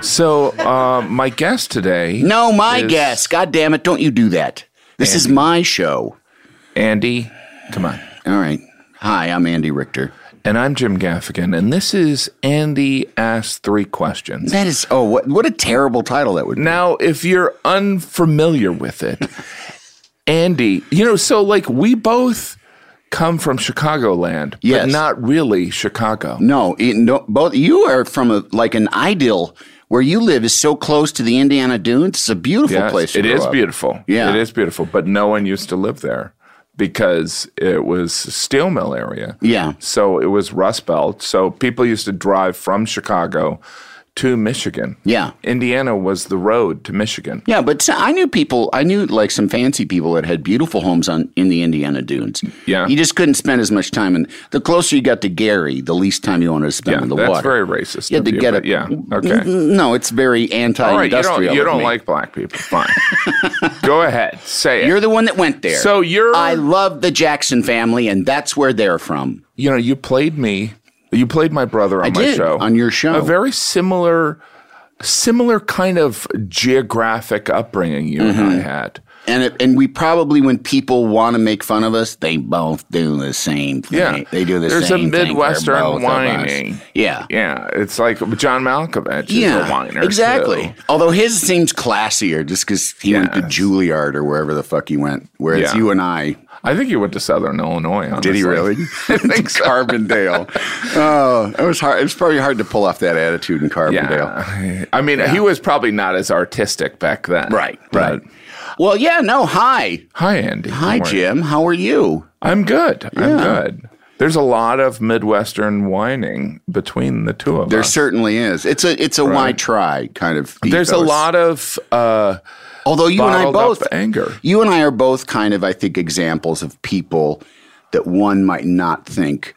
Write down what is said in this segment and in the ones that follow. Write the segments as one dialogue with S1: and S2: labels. S1: So, uh, my guest today.
S2: No, my
S1: is
S2: guess. God damn it. Don't you do that. This is
S1: Andy.
S2: my show.
S1: Andy, come on.
S2: All right. Hi, I'm Andy Richter.
S1: And I'm Jim Gaffigan, and this is Andy Asks Three Questions.
S2: That is, oh, what, what a terrible title that would be.
S1: Now, if you're unfamiliar with it, Andy, you know, so like we both come from Chicagoland,
S2: Yes.
S1: but not really Chicago.
S2: No, it, no, both you are from a, like an ideal where you live is so close to the Indiana Dunes. It's a beautiful
S1: Yes,
S2: place. To
S1: it
S2: grow
S1: is
S2: up.
S1: beautiful.
S2: Yeah.
S1: It is beautiful, but no one used to live there because it was steel mill area.
S2: Yeah.
S1: So it was Rust Belt. So people used to drive from Chicago to Michigan.
S2: Yeah.
S1: Indiana was the road to Michigan.
S2: Yeah, but so- I knew people. I knew like some fancy people that had beautiful homes on in the Indiana Dunes.
S1: Yeah.
S2: you just couldn't spend as much time. And the closer you got to Gary, the least time you wanted to spend
S1: Yeah,
S2: in the
S1: that's
S2: water.
S1: very racist
S2: You had
S1: of
S2: to
S1: you,
S2: get
S1: but
S2: it.
S1: yeah, okay.
S2: Mm, No, it's
S1: All
S2: very
S1: right, you
S2: anti-industrial.
S1: don't, you
S2: of
S1: don't
S2: me.
S1: like black people. Fine. Go ahead. Say it.
S2: You're the one that went there.
S1: So you're-
S2: I love the Jackson family, and that's where they're from.
S1: you know, you played me. You played my brother on
S2: I
S1: my
S2: did,
S1: show.
S2: on your show.
S1: A very similar, similar kind of geographic upbringing you and
S2: Mm-hmm.
S1: I had.
S2: And it, and we probably, when people want to make fun of us, they both do the same thing.
S1: Yeah.
S2: They do the
S1: There's a
S2: same thing. for
S1: Midwestern
S2: both of us.
S1: whining.
S2: Yeah.
S1: Yeah, it's like John Malkovich is a whiner.
S2: exactly.
S1: too.
S2: Although his seems classier, just because he went to
S1: Yes.
S2: Juilliard or wherever the fuck he went. Whereas
S1: Yeah.
S2: you and I,
S1: I think he went to Southern Illinois. Honestly.
S2: did he really?
S1: I think so.
S2: Carbondale. oh, it was hard. It was probably hard to pull off that attitude in Carbondale.
S1: Yeah. I mean, he was probably not as artistic back then.
S2: Right,
S1: but-
S2: right. Well, yeah, no. Hi,
S1: Hi, Andy.
S2: hi,
S1: How are you?
S2: Jim. How are you?
S1: I'm good. I'm good. There's a lot of Midwestern whining between the two of
S2: There
S1: us.
S2: certainly is. It's a it's a why try kind of.
S1: There's a
S2: ethos.
S1: lot of uh,
S2: Although you and I
S1: bottled up
S2: both
S1: anger.
S2: You and I are both kind of, I think, examples of people that one might not think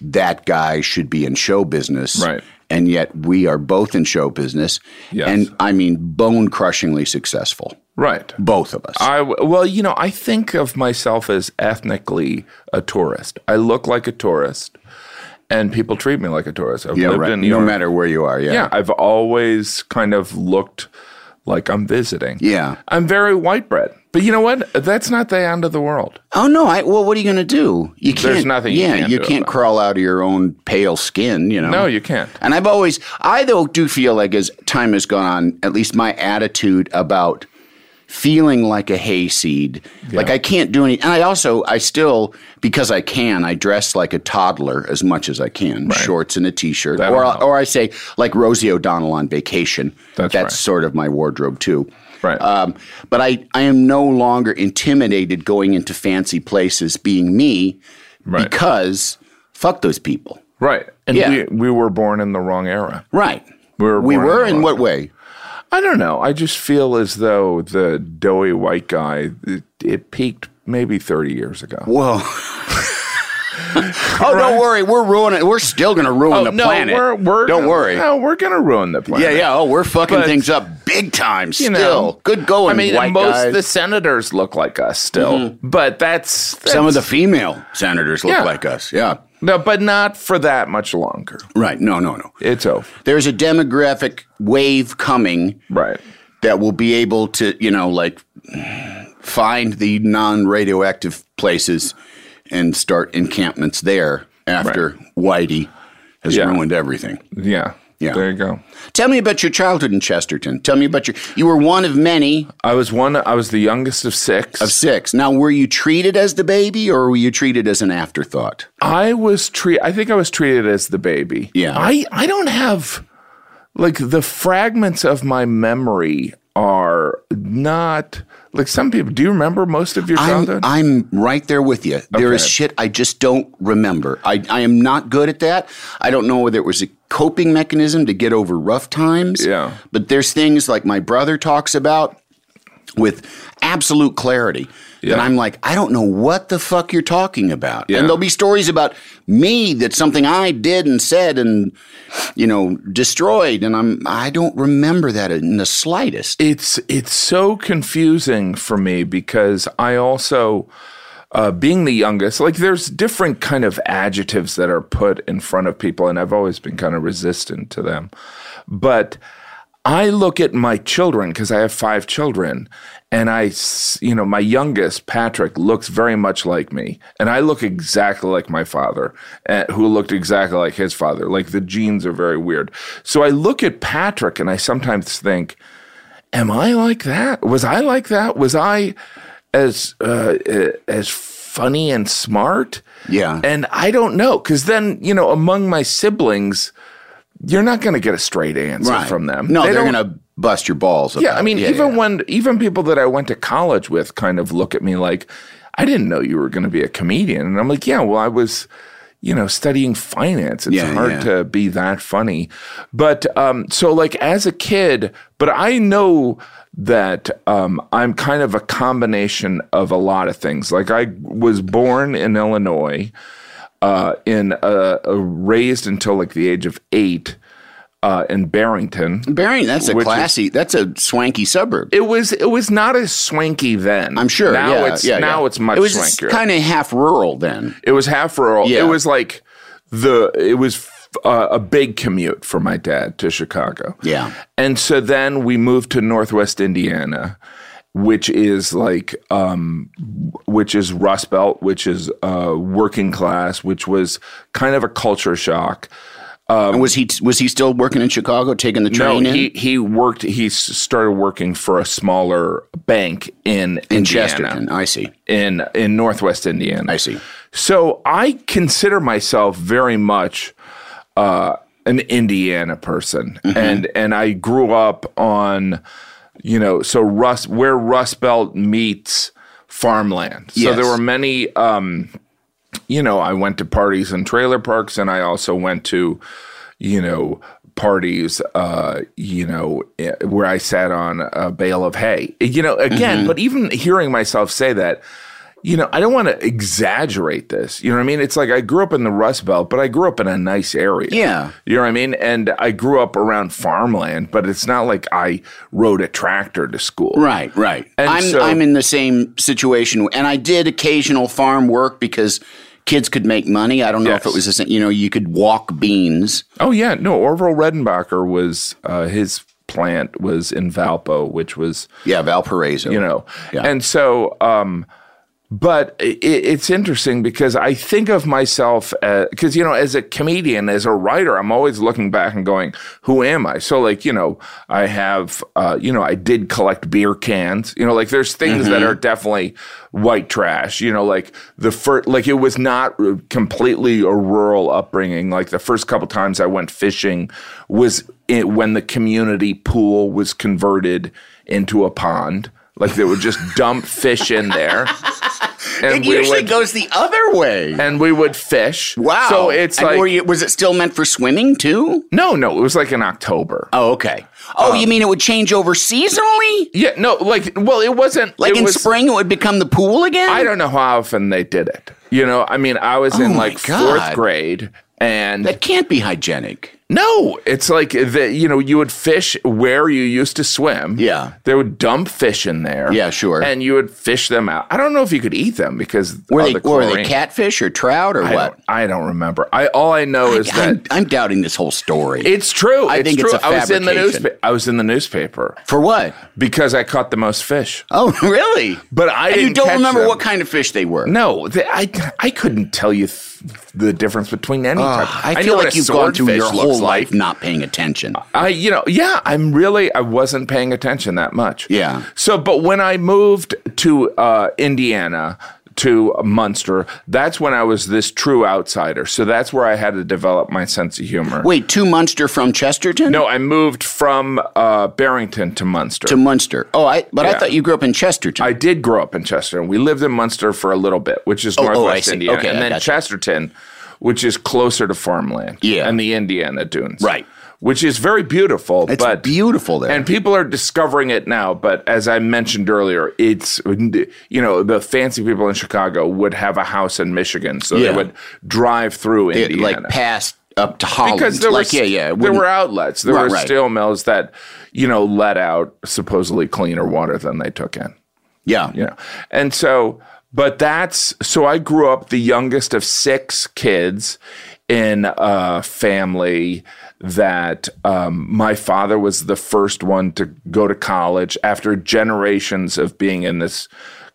S2: that guy should be in show business.
S1: Right.
S2: And yet we are both in show business.
S1: Yes.
S2: And I mean, bone crushingly successful,
S1: right.
S2: both of us.
S1: I well, you know, I think of myself as ethnically a tourist. I look like a tourist, and people treat me like a tourist. I've
S2: yeah,
S1: lived
S2: right.
S1: in New
S2: No
S1: York.
S2: matter where you are. Yeah.
S1: Yeah, I've always kind of looked like I'm visiting.
S2: Yeah.
S1: I'm very white bread. But you know what? That's not the end of the world.
S2: Oh no! I, well, what are you going to do? You can't.
S1: There's nothing you
S2: Yeah,
S1: can't do
S2: can't
S1: about it.
S2: crawl out of your own pale skin. You know.
S1: No, you can't.
S2: And I've always, I though do feel like as time has gone on, at least my attitude about feeling like a hayseed, like I can't do any. And I also, I still, because I can, I dress like a toddler as much as I can, shorts and a t-shirt,
S1: That'll
S2: or
S1: help.
S2: or I say like Rosie O'Donnell on vacation.
S1: That's right.
S2: sort of my wardrobe too.
S1: Right.
S2: Um, but I, I am no longer intimidated going into fancy places being me
S1: Right.
S2: because fuck those people.
S1: Right. And
S2: Yeah.
S1: we, we were born in the wrong era.
S2: Right.
S1: We were,
S2: We
S1: born
S2: were
S1: the
S2: in
S1: wrong-
S2: what way?
S1: I don't know. I just feel as though the doughy white guy, it, it peaked maybe 30 years ago.
S2: Whoa. oh, don't worry. We're ruining We're still going to ruin the planet.
S1: Oh, We're, we're
S2: don't
S1: gonna,
S2: worry.
S1: No, we're going to ruin the planet.
S2: yeah, yeah. Oh, we're fucking
S1: But-
S2: things up big time
S1: You
S2: still.
S1: know,
S2: Good going,
S1: I mean,
S2: white
S1: most
S2: guys. Mm-hmm.
S1: of the senators look like us still, but that's, that's
S2: Some of the female senators look
S1: Yeah.
S2: like us. Yeah.
S1: no, but not for that much longer.
S2: Right. No, no, no.
S1: It's over.
S2: There's a demographic wave coming
S1: Right.
S2: that will be able to, you know, like find the non-radioactive places and start encampments there after Whitey has
S1: Yeah.
S2: ruined everything.
S1: Yeah.
S2: Yeah.
S1: There you go.
S2: Tell me about your childhood in Chesterton. Tell me about your. You were one of many
S1: I was one. I was the youngest of six.
S2: of six. Now, were you treated as the baby, or were you treated as an afterthought?
S1: I was treat. I think I was treated as the baby.
S2: Yeah.
S1: I I don't have like the fragments of my memory are not like some people. Do you remember most of your
S2: I'm,
S1: childhood?
S2: I'm right there with you. There is
S1: Okay.
S2: shit I just don't remember. I, I am not good at that. I don't know whether it was a coping mechanism to get over rough times.
S1: Yeah.
S2: But there's things like my brother talks about with absolute clarity. And
S1: Yeah.
S2: I'm like, I don't know what the fuck you're talking about.
S1: Yeah.
S2: And there'll be stories about me that something I did and said and, you know, destroyed. And I'm, I don't remember that in the slightest.
S1: it's it's so confusing for me because I also uh, being the youngest, like there's different kind of adjectives that are put in front of people, and I've always been kind of resistant to them. But I look at my children because I have five children, and I, s- you know, my youngest Patrick looks very much like me, and I look exactly like my father, eh, who looked exactly like his father. Like the genes are very weird. So I look at Patrick, and I sometimes think, am I like that? Was I like that? Was I as uh, uh, as funny and smart?
S2: Yeah.
S1: And I don't know because then you know among my siblings, you're not going to get a straight answer from them.
S2: No,
S1: They
S2: they are
S1: don't-
S2: going to bust your balls.
S1: Yeah,
S2: about
S1: I
S2: it.
S1: mean,
S2: Yeah,
S1: even
S2: yeah.
S1: when even people that I went to college with kind of look at me like, I didn't know you were going to be a comedian, and I'm like, yeah, well, I was, you know, studying finance. It's
S2: Yeah,
S1: hard
S2: yeah.
S1: to be that funny, but um, so like as a kid, but I know that um, I'm kind of a combination of a lot of things. Like I was born in Illinois, uh, in a, a raised until like the age of eight. Uh, in Barrington,
S2: Barrington, that's a
S1: Which is-
S2: classy, that's a swanky suburb.
S1: it was it was not as swanky then.
S2: I'm sure.
S1: Now
S2: yeah,
S1: it's
S2: yeah,
S1: now
S2: yeah.
S1: it's much
S2: It was
S1: swankier.
S2: kind of half rural then.
S1: it was half rural.
S2: Yeah.
S1: It was like the it was uh, a big commute for my dad to Chicago.
S2: Yeah.
S1: and so then we moved to Northwest Indiana, which is like um, which is Rust Belt, which is uh, working class, which was kind of a culture shock.
S2: and was he was he still working in Chicago, taking the train
S1: Um, no,
S2: in?
S1: he he worked. He s- started working for a smaller bank in
S2: in
S1: Indiana.
S2: Chesterton, I see.
S1: in in Northwest Indiana.
S2: I see.
S1: So I consider myself very much uh, an Indiana person,
S2: Mm-hmm.
S1: and and I grew up on, you know, so Rust where Rust Belt meets farmland. So
S2: Yes.
S1: there were many. Um, you know, I went to parties in trailer parks, and I also went to, you know, parties, uh, you know, eh, where I sat on a bale of hay. You know,
S2: Mm-hmm.
S1: again, but even hearing myself say that, you know, I don't want to exaggerate this. You know what I mean? It's like I grew up in the Rust Belt, but I grew up in a nice area.
S2: Yeah.
S1: You know what I mean? And I grew up around farmland, but it's not like I rode a tractor to school.
S2: Right, right.
S1: And
S2: I'm
S1: so-
S2: I'm in the same situation, and I did occasional farm work because kids could make money. I don't know if
S1: Yes.
S2: it was the same. You know, you could walk beans.
S1: Oh yeah, no. Orville Redenbacher was uh, his plant was in Valpo, which was
S2: Yeah, Valparaiso.
S1: you know,
S2: Yeah.
S1: and so. um but it, it's interesting because I think of myself because you know, as a comedian, as a writer, I'm always looking back and going, "Who am I?" So, like, you know, I have, uh, you know, I did collect beer cans. You know, like there's things that are definitely white trash. You know, like the first, like it was not r- completely a rural upbringing. Like the first couple times I went fishing was it, when the community pool was converted into a pond. Like they would just dump fish in there and
S2: it
S1: we
S2: usually
S1: would,
S2: goes the other way.
S1: and we would fish.
S2: wow.
S1: So it's
S2: And
S1: like
S2: were you, was it still meant for swimming too?
S1: no, no. It was like in October.
S2: Oh, okay. Oh,
S1: Um,
S2: you mean it would change over seasonally?
S1: Yeah, no. Like, well, it wasn't
S2: Like
S1: it
S2: in
S1: was,
S2: spring, it would become the pool again.
S1: I don't know how often they did it. You know, I mean, I was in
S2: Oh my
S1: like
S2: God.
S1: fourth grade, and
S2: That can't be hygienic.
S1: No, it's like the, you know you would fish where you used to swim.
S2: Yeah.
S1: they would dump fish in there.
S2: Yeah, sure.
S1: And you would fish them out. I don't know if you could eat them because
S2: Were
S1: of
S2: they,
S1: Oh, the
S2: were they
S1: chlorine.
S2: catfish or trout or
S1: I
S2: what?
S1: don't, I don't remember. I all I know is that
S2: I'm, I'm doubting this whole story.
S1: it's true.
S2: I think
S1: true.
S2: it's a
S1: I was in the
S2: fabrication.
S1: newspaper. I was in the newspaper
S2: For what?
S1: because I caught the most fish.
S2: Oh, really?
S1: But I
S2: and you
S1: didn't
S2: don't
S1: catch
S2: remember
S1: them.
S2: what kind of fish they were.
S1: No, th I I couldn't tell you th- the difference between any type.
S2: I
S1: know
S2: feel
S1: what
S2: like
S1: a
S2: you've gone through your
S1: swordfish
S2: whole
S1: looks
S2: life
S1: like. Uh,
S2: not paying attention.
S1: I, you know, yeah, I'm really, I wasn't paying attention that much.
S2: Yeah.
S1: So, but when I moved to uh, Indiana to Munster, that's when I was this true outsider. So that's where I had to develop my sense of humor.
S2: Wait, to Munster from Chesterton?
S1: No, I moved from uh, Barrington to Munster.
S2: to Munster. Oh, I but I
S1: Yeah.
S2: thought you grew up in Chesterton.
S1: I did grow up in Chesterton. We lived in Munster for a little bit, which is
S2: Oh, oh, I
S1: northwest
S2: see.
S1: Indiana,
S2: Okay, I
S1: and then
S2: gotcha.
S1: Chesterton, which is closer to farmland,
S2: Yeah.
S1: and the Indiana dunes,
S2: Right.
S1: Which is very beautiful,
S2: it's
S1: but
S2: beautiful there.
S1: and people are discovering it now. But as I mentioned earlier, it's you know the fancy people in Chicago would have a house in Michigan, so
S2: Yeah.
S1: they would drive through
S2: it,
S1: Indiana,
S2: like passed up to Holland.
S1: because there
S2: like,
S1: were
S2: yeah, yeah.
S1: there
S2: wouldn't-
S1: were outlets, there
S2: Right,
S1: were
S2: right.
S1: steel mills that you know let out supposedly cleaner water than they took in.
S2: yeah.
S1: You know, and so, but that's so I grew up the youngest of six kids in a family that um, my father was the first one to go to college after generations of being in this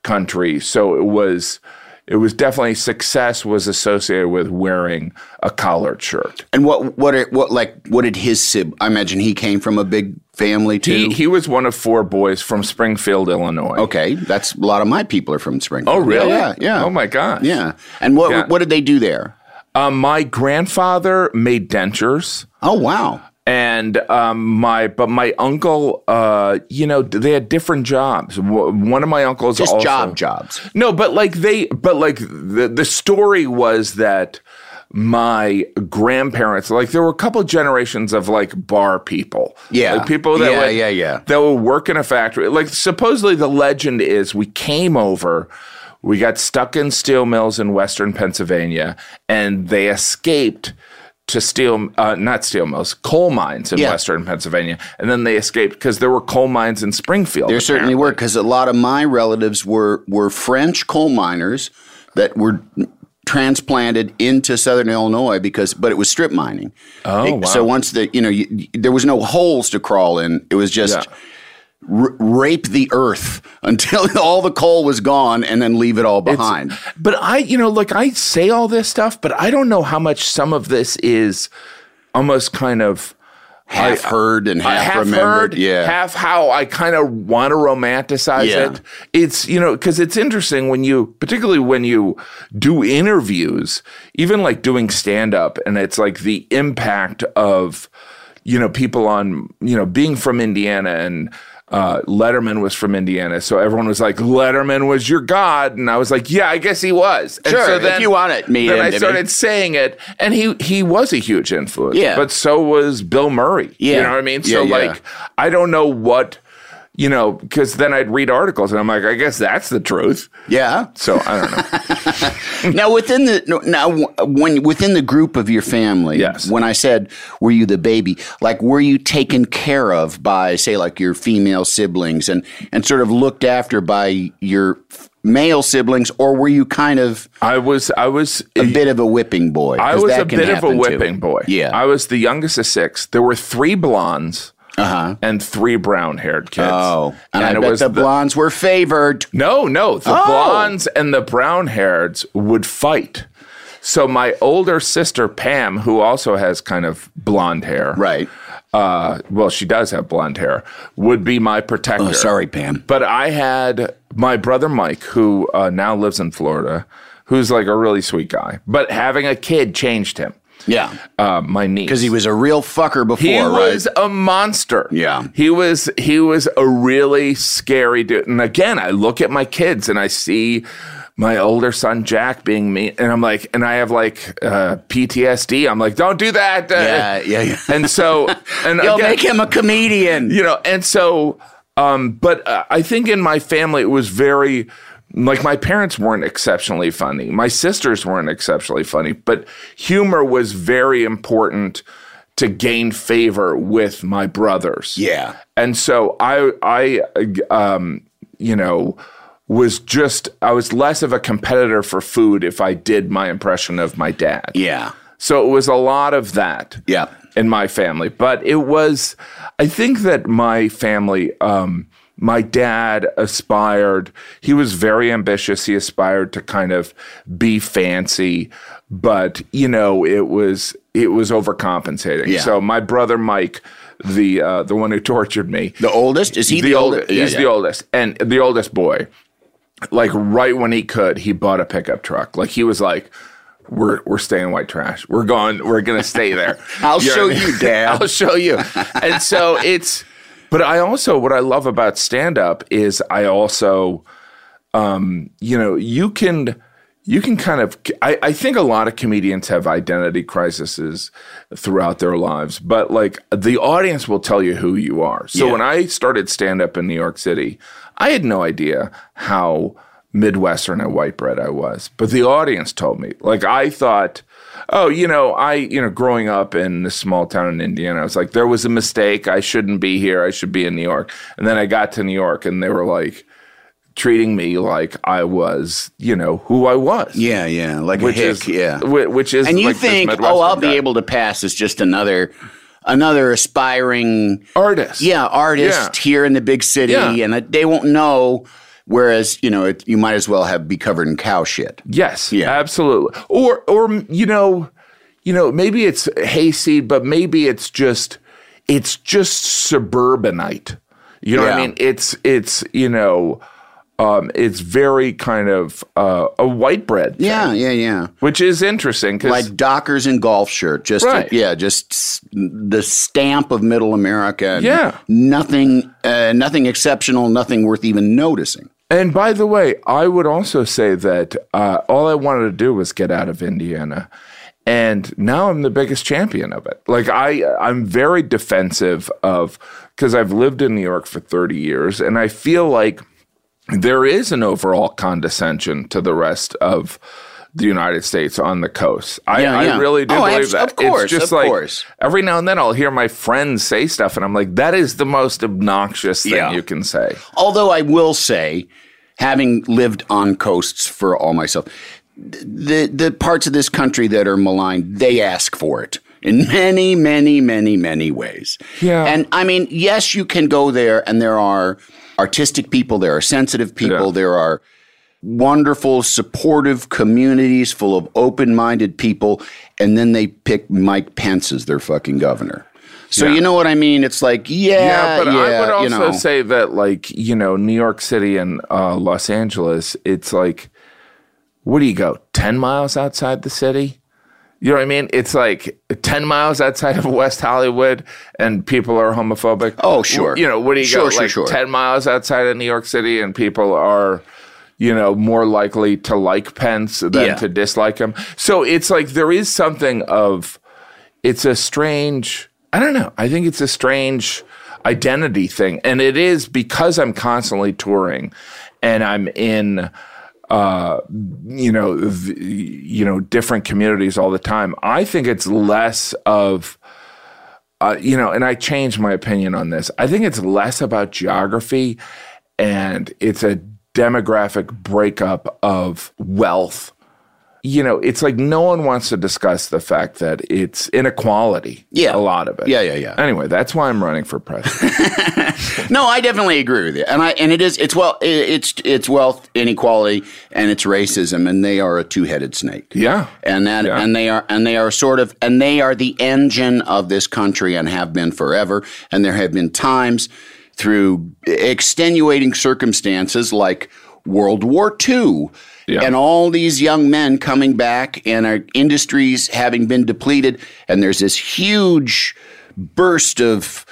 S1: country. So it was. It was definitely success was associated with wearing a collared shirt.
S2: And what what are, what like what did his sib I imagine he came from a big family too.
S1: He, he was one of four boys from Springfield, Illinois.
S2: okay, that's a lot of my people are from Springfield.
S1: Oh, really?
S2: Yeah, yeah. yeah.
S1: Oh my gosh.
S2: Yeah. And what
S1: Yeah.
S2: what did they do there?
S1: Um, my grandfather made dentures.
S2: Oh wow.
S1: and um, my but my uncle uh, you know they had different jobs W- one of my uncles
S2: Just
S1: also-
S2: job jobs.
S1: no but like they but like the, the story was that my grandparents like there were a couple generations of like bar people
S2: Yeah.
S1: like people that
S2: Yeah,
S1: would,
S2: yeah, yeah.
S1: that would work in a factory like supposedly the legend is we came over we got stuck in steel mills in western pennsylvania and they escaped to steel uh, not steel mills coal mines in
S2: Yeah.
S1: western pennsylvania and then they escaped because there were coal mines in springfield
S2: There certainly were because a lot of my relatives were were French coal miners that were transplanted into southern Illinois because, but it was strip mining. Oh, so once the you know you, you- there was no holes to crawl in. It was just.
S1: Yeah.
S2: r- rape the earth until all the coal was gone and then leave it all behind.
S1: But I, you know, look, I say all this stuff, but I don't know how much some of this is almost kind of
S2: half
S1: I-
S2: heard and
S1: I
S2: half,
S1: Uh,
S2: remembered.
S1: heard,
S2: yeah.
S1: half how I kind of want to romanticize
S2: Yeah.
S1: it. It's you know because it's interesting when you, particularly when you do interviews, even like doing stand up, and it's like the impact of you know people on you know being from Indiana and. Uh, Letterman was from Indiana, so everyone was like, "Letterman was your god," and I was like, "Yeah, I guess he was." And
S2: Sure,
S1: so
S2: if you want it, me
S1: Then
S2: and
S1: I
S2: Debbie.
S1: started saying it, and he he was a huge influence.
S2: Yeah.
S1: but so was Bill Murray.
S2: Yeah.
S1: You know what I mean? So,
S2: Yeah, yeah.
S1: like, I don't know what, you know, because then I'd read articles and I'm like, I guess that's the truth.
S2: yeah.
S1: So, I don't know.
S2: now within the no, now when within the group of your family
S1: Yes.
S2: when i said were you the baby like were you taken care of by say like your female siblings and and sort of looked after by your male siblings or were you kind of
S1: I was, I was,
S2: a bit of a whipping boy
S1: I
S2: 'Cause
S1: was
S2: that
S1: a
S2: can
S1: bit of a
S2: happen, too.
S1: whipping boy.
S2: yeah
S1: I was the youngest of six. There were three blondes and three brown haired kids.
S2: Uh-huh. oh and, i
S1: it
S2: bet
S1: was
S2: the blondes were favored
S1: No, no. The
S2: Oh.
S1: blondes and the brown haireds would fight. So my older sister Pam, who also has kind of blonde hair,
S2: right
S1: Uh, well, she does have blonde hair. Would be my protector.
S2: oh sorry pam
S1: But I had my brother Mike, who uh, now lives in Florida, who's like a really sweet guy. But having a kid changed him.
S2: yeah
S1: Uh, my niece,
S2: because he was a real fucker before
S1: he
S2: right
S1: was a monster.
S2: Yeah.
S1: He was he was a really scary dude. And again, I look at my kids and I see my older son Jack being mean and I'm like and I have like uh, PTSD. I'm like, "Don't do that." uh."
S2: yeah yeah, yeah.
S1: And so and
S2: Yo,
S1: again-
S2: make him a comedian.
S1: you know and so um but uh, i think in my family it was very like my parents weren't exceptionally funny my sisters weren't exceptionally funny but humor was very important to gain favor with my brothers.
S2: Yeah.
S1: And so I I um you know was just I was less of a competitor for food if I did my impression of my dad.
S2: Yeah.
S1: So it was a lot of that.
S2: Yeah.
S1: In my family, but it was I think that my family um my dad aspired he was very ambitious he aspired to kind of be fancy but you know it was it was overcompensating
S2: Yeah.
S1: so my brother mike the uh, the one who tortured me
S2: The oldest? Is he the,
S1: olde-
S2: oldest? Yeah,
S1: he's
S2: yeah.
S1: the oldest and the oldest boy like right when he could he bought a pickup truck like he was like we're we're staying white trash we're going we're gonna stay there
S2: I'll
S1: You know
S2: show
S1: what I mean?
S2: you, Dad.
S1: i'll show you and so it's but i also what i love about stand up is i also um you know you can you can kind of I, I think a lot of comedians have identity crises throughout their lives but like the audience will tell you who you are so
S2: Yeah.
S1: when i started stand up in new york city i had no idea how midwestern and white bread i was but the audience told me like i thought oh you know i you know growing up in this small town in indiana i was like there was a mistake i shouldn't be here i should be in new york and then i got to new york and they were like treating me like I was, you know, who I was.
S2: Yeah, yeah. Like
S1: Which
S2: a hick,
S1: is
S2: yeah.
S1: whi- which is
S2: and you
S1: like this
S2: think, oh,
S1: Midwestern
S2: I'll be
S1: guy.
S2: able to pass as just another another aspiring
S1: artist.
S2: yeah, artist
S1: Yeah.
S2: here in the big city,
S1: Yeah.
S2: and that they won't know. Whereas, you know, it, you might as well have be covered in cow shit.
S1: Yes.
S2: Yeah.
S1: Absolutely. Or or you know, you know, maybe it's hayseed, but maybe it's just it's just suburbanite. You know what I
S2: Yeah.
S1: mean? It's it's you know, um, it's very kind of uh, a white bread, thing,
S2: Yeah, yeah, yeah.
S1: which is interesting because
S2: Like Dockers and golf shirt, just
S1: Right.
S2: yeah, just s- the stamp of Middle America. and
S1: Yeah.
S2: nothing, uh, nothing exceptional, nothing worth even noticing.
S1: And by the way, I would also say that uh, all I wanted to do was get out of Indiana, and now I'm the biggest champion of it. Like I, I'm very defensive of because I've lived in New York for 30 years, and I feel like there is an overall condescension to the rest of the United States on the coast. I,
S2: Yeah,
S1: I
S2: yeah.
S1: really do
S2: Oh,
S1: believe
S2: abs-
S1: that.
S2: of course,
S1: it's just
S2: of
S1: like
S2: course.
S1: every now and then I'll hear my friends say stuff, and I'm like, that is the most obnoxious thing
S2: Yeah.
S1: you can say.
S2: Although I will say, having lived on coasts for all myself, th- the the parts of this country that are maligned, they ask for it in many, many, many, many ways.
S1: Yeah.
S2: And I mean, yes, you can go there, and there are artistic people, there are sensitive people,
S1: Yeah.
S2: there are wonderful, supportive communities full of open minded people, and then they pick Mike Pence as their fucking governor. So
S1: Yeah.
S2: you know what I mean? It's like, yeah,
S1: yeah, but I would also
S2: you know.
S1: say that, like, you know, New York City and uh, Los Angeles, it's like, what do you go, 10 miles outside the city? You know what I mean? It's like 10 miles outside of West Hollywood and people are homophobic.
S2: Oh, sure.
S1: You know, what do you go,
S2: Sure, sure,
S1: like
S2: sure.
S1: 10 miles outside of New York City and people are, you know, more likely to like Pence than
S2: Yeah.
S1: to dislike him. So it's like there is something of, it's a strange i don't know i think it's a strange identity thing and it is because i'm constantly touring and i'm in uh you know th- you know different communities all the time i think it's less of uh, you know and i changed my opinion on this i think it's less about geography and it's a demographic breakup of wealth you know, it's like no one wants to discuss the fact that it's inequality.
S2: Yeah.
S1: A lot of it.
S2: Yeah, yeah, yeah.
S1: Anyway, that's why I'm running for president.
S2: No, I definitely agree with you, and I and it is it's well it, it's it's wealth inequality and it's racism, and they are a two headed snake.
S1: yeah.
S2: And that,
S1: Yeah.
S2: and they are, and they are sort of, and they are the engine of this country and have been forever. And there have been times through extenuating circumstances like World War II
S1: Yeah.
S2: and all these young men coming back and our industries having been depleted. And there's this huge burst of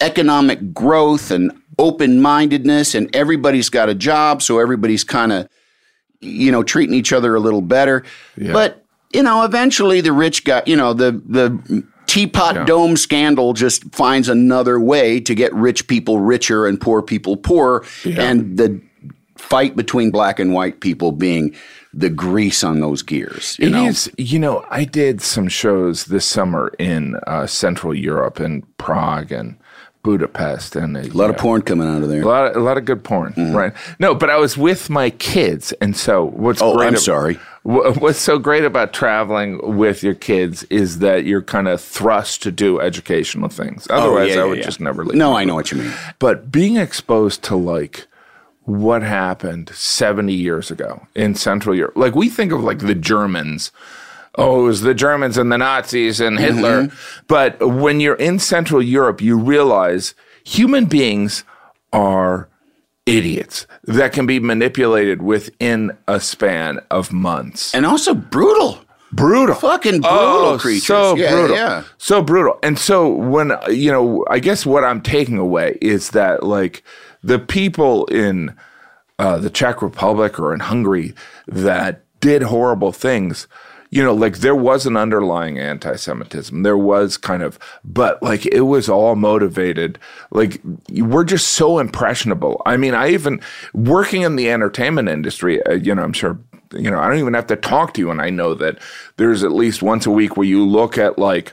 S2: economic growth and open mindedness, and everybody's got a job. So everybody's kind of you know, treating each other a little better. But, you know, eventually the rich guy, you know, the the teapot dome scandal just finds another way to get rich people richer and poor people poorer and the fight between black and white people being the grease on those gears. You
S1: It
S2: know?
S1: is- you know, I did some shows this summer in uh, Central Europe and Prague and Budapest and
S2: A lot of porn coming out of there.
S1: A lot, of, a lot of good porn,
S2: Mm-hmm.
S1: right? No, but I was with my kids, and so what's
S2: Oh,
S1: great
S2: I'm
S1: ab-
S2: sorry.
S1: wha- What's so great about traveling with your kids is that you're kind of thrust to do educational things. Otherwise,
S2: Oh, yeah,
S1: I
S2: yeah,
S1: would
S2: yeah.
S1: just never leave.
S2: No, I know what you mean.
S1: But being exposed to like what happened 70 years ago in Central Europe, like we think of like the Germans. Oh, it was the Germans and the Nazis and Hitler. But when you're in Central Europe, you realize human beings are idiots that can be manipulated within a span of months.
S2: And also brutal.
S1: brutal.
S2: Fucking brutal creatures.
S1: Oh, So
S2: Yeah,
S1: brutal.
S2: yeah.
S1: So brutal. And so when uh, you know, I guess what I'm taking away is that like the people in uh, the Czech Republic or in Hungary that did horrible things. You know, like there was an underlying anti Semitism. There was kind of, but like it was all motivated. Like we're just so impressionable. I mean, I even working in the entertainment industry, uh, you know, I'm sure, you know, I don't even have to talk to you. And I know that there's at least once a week where you look at like,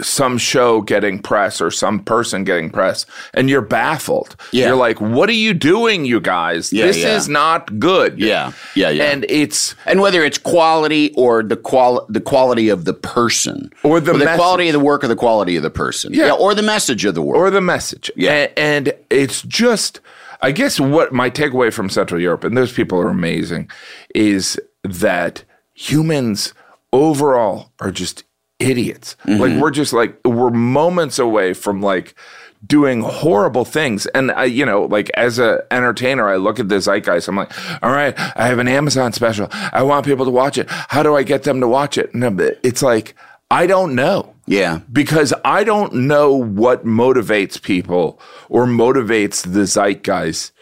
S1: some show getting press or some person getting press and you're baffled.
S2: Yeah.
S1: You're like, what are you doing, you guys?
S2: Yeah,
S1: this
S2: yeah.
S1: is not good.
S2: Yeah, yeah, yeah.
S1: And it's
S2: And whether it's quality or the qual the quality of the person,
S1: Or the message.
S2: quality of the work, or the quality of the person,
S1: Yeah.
S2: or the message of the work.
S1: or the message. Yeah. And, it's just I guess what my takeaway from Central Europe, and those people are amazing, is that humans overall are just idiots. Like we're just like we're moments away from like doing horrible things. And I, you know, like as a entertainer, I look at the zeitgeist. I'm like, all right, I have an Amazon special. I want people to watch it. How do I get them to watch it? And it's like, I don't know
S2: yeah,
S1: because I don't know what motivates people or motivates the zeitgeist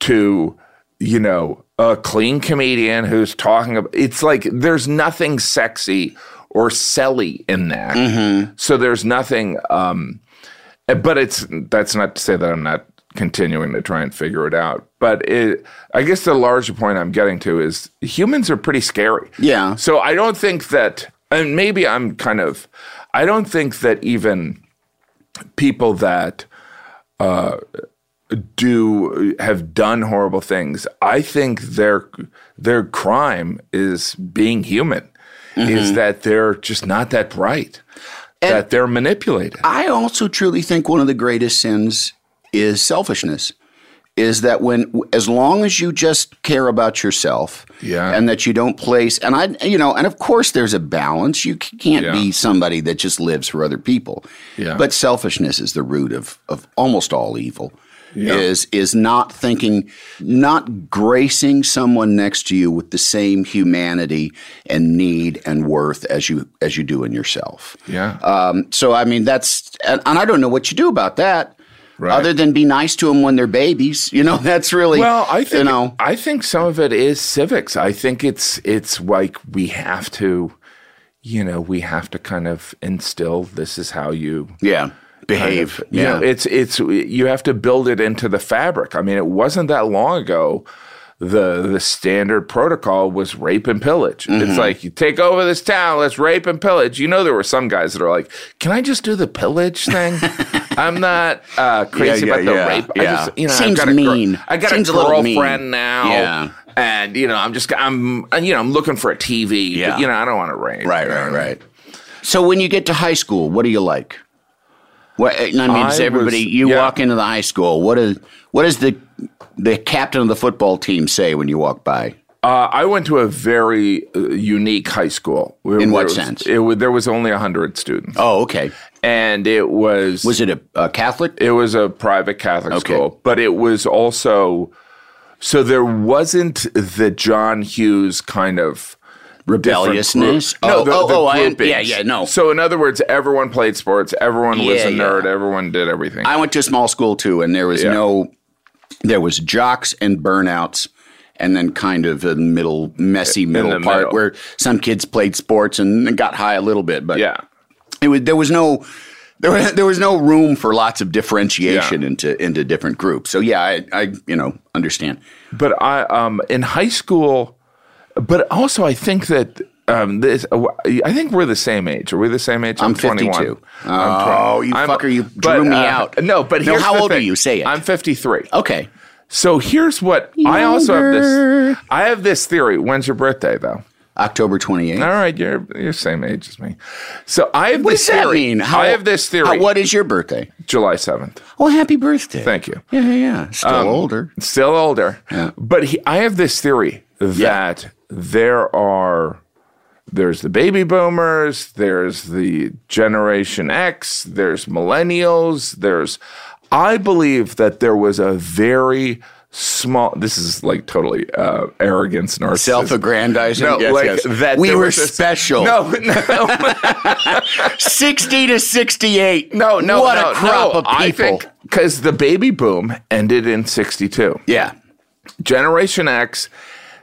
S1: to, you know, a clean comedian who's talking about it's like there's nothing sexy or selly in that. So there's nothing um but it's that's not to say that I'm not continuing to try and figure it out. But it I guess the larger point I'm getting to is humans are pretty scary.
S2: Yeah.
S1: So I don't think that, and maybe I'm kind of, I don't think that even people that uh, do have done horrible things. I think their their crime is being human. Is that they're just not that bright. that they're manipulated.
S2: I also truly think one of the greatest sins is selfishness. Is that when, as long as you just care about yourself,
S1: Yeah.
S2: and that you don't place, and I, you know, and of course there's a balance. You c- can't
S1: Yeah.
S2: be somebody that just lives for other people.
S1: Yeah.
S2: But selfishness is the root of of almost all evil. Is is not thinking, not gracing someone next to you with the same humanity and need and worth as you as you do in yourself.
S1: yeah.
S2: Um, so I mean, that's and, and I don't know what you do about that,
S1: Right.
S2: other than be nice to them when they're babies. You know, that's really
S1: Well, I think
S2: you know
S1: I think some of it is civics. I think it's it's like we have to, you know, we have to kind of instill this is how you
S2: yeah
S1: kind
S2: behave
S1: of- you know, it's it's you have to build it into the fabric. I mean, it wasn't that long ago. The the standard protocol was rape and pillage.
S2: Mm-hmm.
S1: It's like you take over this town, let's rape and pillage. You know, there were some guys that are like, "Can I just do the pillage thing? I'm not uh, crazy
S2: yeah,
S1: about the
S2: yeah,
S1: rape. I
S2: yeah.
S1: just, you know,
S2: Seems
S1: I've got a gir-
S2: mean.
S1: I got
S2: Seems
S1: a
S2: a little mean.
S1: girlfriend now.
S2: Yeah.
S1: and you know, I'm just I'm and, you know I'm looking for a TV.
S2: Yeah.
S1: but, you know, I don't want to rape.
S2: right, right, right. So when you get to high school, what do you like? What I mean,
S1: I
S2: does everybody
S1: was-
S2: you
S1: yeah.
S2: walk into the high school? What is what does the the captain of the football team say when you walk by?
S1: Uh, I went to a very uh, unique high school.
S2: In what
S1: There was-
S2: sense?
S1: It, wa- there was only 100 students.
S2: Oh, okay.
S1: And it was,
S2: Was it a, a Catholic?
S1: it was a private Catholic
S2: Okay.
S1: school, but it was also, so there wasn't the John Hughes kind of
S2: Rebelliousness?
S1: different group-
S2: Oh, oh, oh, I-
S1: groupings.
S2: yeah, yeah, no.
S1: So in other words, everyone played sports, everyone was
S2: Yeah,
S1: a
S2: yeah.
S1: nerd, everyone did everything.
S2: I went to a small school too, and there was
S1: Yeah.
S2: no, there was jocks and burnouts, and then kind of a middle messy middle
S1: the
S2: part
S1: middle.
S2: where some kids played sports and got high a little bit, but
S1: yeah.
S2: it was there was no There, wa- there was no room for lots of differentiation into into different groups. So yeah, I, I you know understand.
S1: but I um in high school, but also I think that um this I think we're the same age. Are we the same age?
S2: I'm
S1: 21.
S2: 52. Oh, you fucker, you drew me out.
S1: uh, No, but
S2: No,
S1: here's
S2: how
S1: the
S2: old are
S1: thing.
S2: you? Say it.
S1: I'm 53.
S2: Okay,
S1: So here's what I also have this. I have this theory. When's your birthday though?
S2: October twenty eighth.
S1: All right, you're you're same age as me. So I have
S2: What
S1: this
S2: does that
S1: theory.
S2: mean?
S1: I have this theory.
S2: how- what is your birthday?
S1: July 7th.
S2: Oh, happy birthday!
S1: Thank you.
S2: Yeah, yeah, yeah.
S1: Um,
S2: Still older.
S1: Still older.
S2: Yeah.
S1: But he, I have this theory that there are there's the baby boomers, there's the generation X, there's millennials, there's I believe that there was a very small this is like totally uh, arrogance narcissism.
S2: Self-aggrandizing.
S1: No,
S2: Yes,
S1: like
S2: yes.
S1: that
S2: We
S1: there
S2: were
S1: was this-
S2: special.
S1: No, no.
S2: Sixty to sixty-eight.
S1: No, no,
S2: What
S1: no,
S2: a crop
S1: no.
S2: of people.
S1: because the baby boom ended in '62.
S2: yeah,
S1: Generation X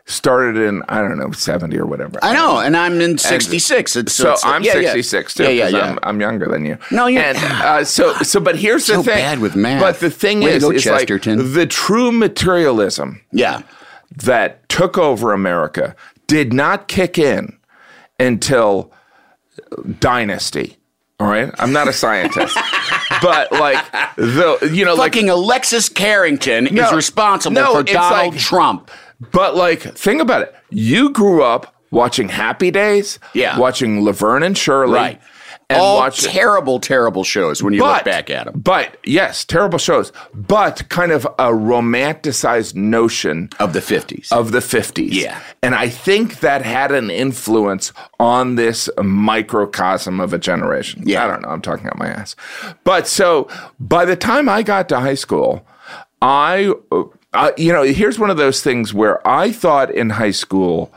S1: started in I don't know '70 or whatever.
S2: I know, and I'm in sixty-six. It's,
S1: So
S2: it's-
S1: I'm
S2: yeah, yeah.
S1: 66 too.
S2: Yeah, yeah,
S1: 'cause
S2: yeah.
S1: I'm, I'm younger than you.
S2: No, you're-
S1: And, uh, so so, but here's
S2: So
S1: the thing.
S2: bad with math.
S1: But the thing
S2: Way to
S1: is,
S2: go,
S1: is like
S2: Chesterton.
S1: the true materialism
S2: yeah.
S1: that took over America did not kick in until Dynasty. All right, I'm not a scientist, but like the you know like
S2: Fucking Alexis Carrington
S1: No,
S2: is responsible
S1: no,
S2: for
S1: it's
S2: Donald
S1: like-
S2: Trump.
S1: But like, think about it. You grew up watching Happy Days,
S2: Yeah.
S1: watching Laverne and Shirley,
S2: Right.
S1: and
S2: All
S1: watching.
S2: terrible, terrible shows when you look back at them.
S1: But yes, terrible shows, but kind of a romanticized notion
S2: Of the 50s.
S1: of the 50s.
S2: Yeah.
S1: And I think that had an influence on this microcosm of a generation.
S2: Yeah.
S1: I don't know. I'm talking out my ass. But so by the time I got to high school, I, uh, I you know, here's one of those things where I thought in high school,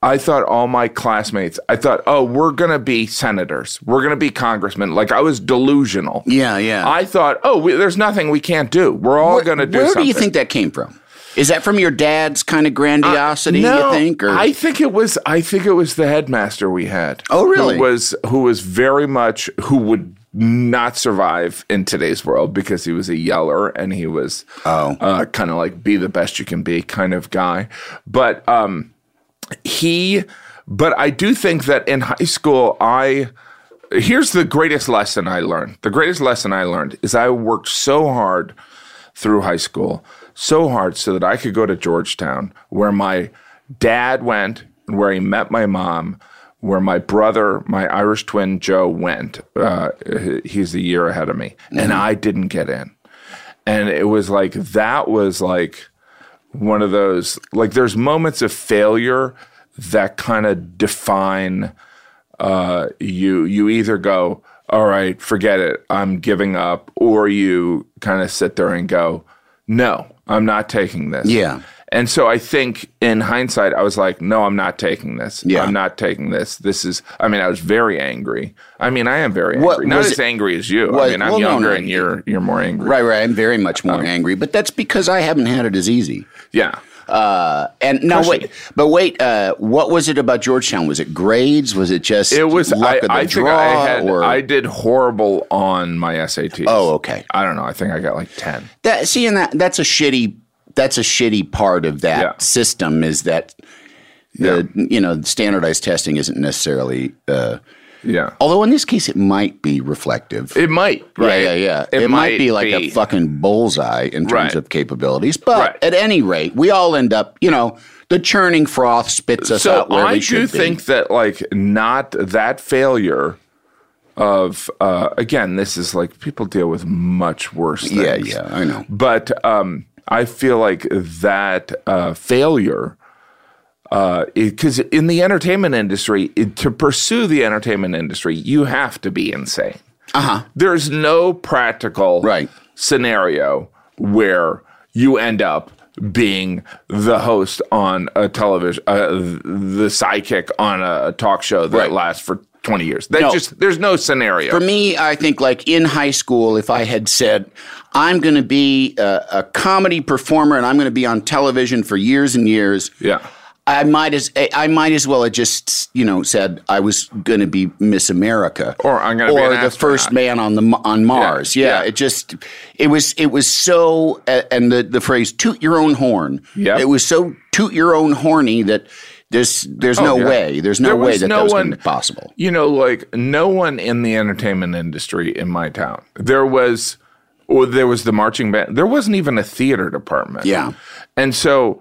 S1: I thought all my classmates, I thought, oh, we're going to be senators. We're going to be congressmen. Like I was delusional.
S2: yeah, yeah.
S1: I thought, oh, we, there's nothing we can't do. We're all
S2: Where-
S1: going to do
S2: Where
S1: something.
S2: do you think that came from? Is that from your dad's kind of grandiosity,
S1: Uh, no,
S2: you think? Or
S1: I think it was I think it was the headmaster we had.
S2: Oh, really?
S1: Who was who was very much who would not survive in today's world because he was a yeller and he was
S2: Oh.
S1: uh, kind of like be the best you can be kind of guy. But um he but I do think that in high school I here's the greatest lesson I learned. The greatest lesson I learned is I worked so hard through high school, so hard so that I could go to Georgetown, where my dad went and where he met my mom, where my brother, my Irish twin Joe, went. Uh, he's a year ahead of me, and I didn't get in. And it was like, that was like, one of those like there's moments of failure that kind of define uh you you either go all right forget it i'm giving up or you kind of sit there and go no i'm not taking this
S2: Yeah.
S1: and so i think in hindsight i was like no i'm not taking this
S2: Yeah.
S1: i'm not taking this this is i mean i was very angry i mean i am very angry
S2: What
S1: not
S2: was
S1: as
S2: it-
S1: angry as you
S2: was-
S1: i mean i'm
S2: well, no,
S1: younger
S2: no.
S1: and you're you're more angry
S2: right, right. I'm very much
S1: Uh,
S2: more angry, but that's because I haven't had it as easy.
S1: yeah
S2: Uh, And no,
S1: Pushing.
S2: wait, but wait. Uh, what was it about Georgetown? Was it grades? Was it just
S1: It was I,
S2: luck of the
S1: I
S2: draw?
S1: Think I, had,
S2: or
S1: I did horrible on my SATs.
S2: Oh, okay.
S1: I don't know. I think I got like ten.
S2: that seeing that that's a shitty that's a shitty part of that
S1: Yeah.
S2: system is that the you know standardized testing isn't necessarily uh,
S1: Yeah.
S2: although in this case it might be reflective
S1: It might. Right.
S2: yeah yeah yeah it, might, be like a fucking bullseye in terms
S1: Right.
S2: of capabilities but
S1: Right.
S2: at any rate we all end up you know the churning froth spits us
S1: So
S2: out where
S1: I
S2: we
S1: do
S2: should be.
S1: think that like not that failure of uh, again this is like people deal with much worse. Things.
S2: yeah yeah i know
S1: but um, I feel like that uh, failure, because in the entertainment industry, it, to pursue the entertainment industry, you have to be insane. Uh-huh. There's no practical
S2: Right.
S1: scenario where you end up being the host on a television, uh, the sidekick on a talk show that
S2: Right.
S1: lasts for 20 years. That
S2: No.
S1: just there's no scenario.
S2: For me, I think like in high school, if I had said, I'm going to be a, a comedy performer and I'm going to be on television for years and years,
S1: yeah.
S2: I might as I- I might as well have just you know said I was going to be Miss America
S1: Or I'm gonna be
S2: or
S1: an
S2: the
S1: astronaut.
S2: first man on the m- on Mars. Yeah,
S1: yeah.
S2: it just it was it was so a- and the the phrase toot your own horn.
S1: Yep.
S2: it was so toot your own horny that there's there's no
S1: Oh, yeah.
S2: way there's no
S1: There
S2: way
S1: was
S2: that
S1: no
S2: that was
S1: one-
S2: going to be possible.
S1: You know, like no one in the entertainment industry in my town. There was, or there was the marching band. There wasn't even a theater department.
S2: Yeah.
S1: and so,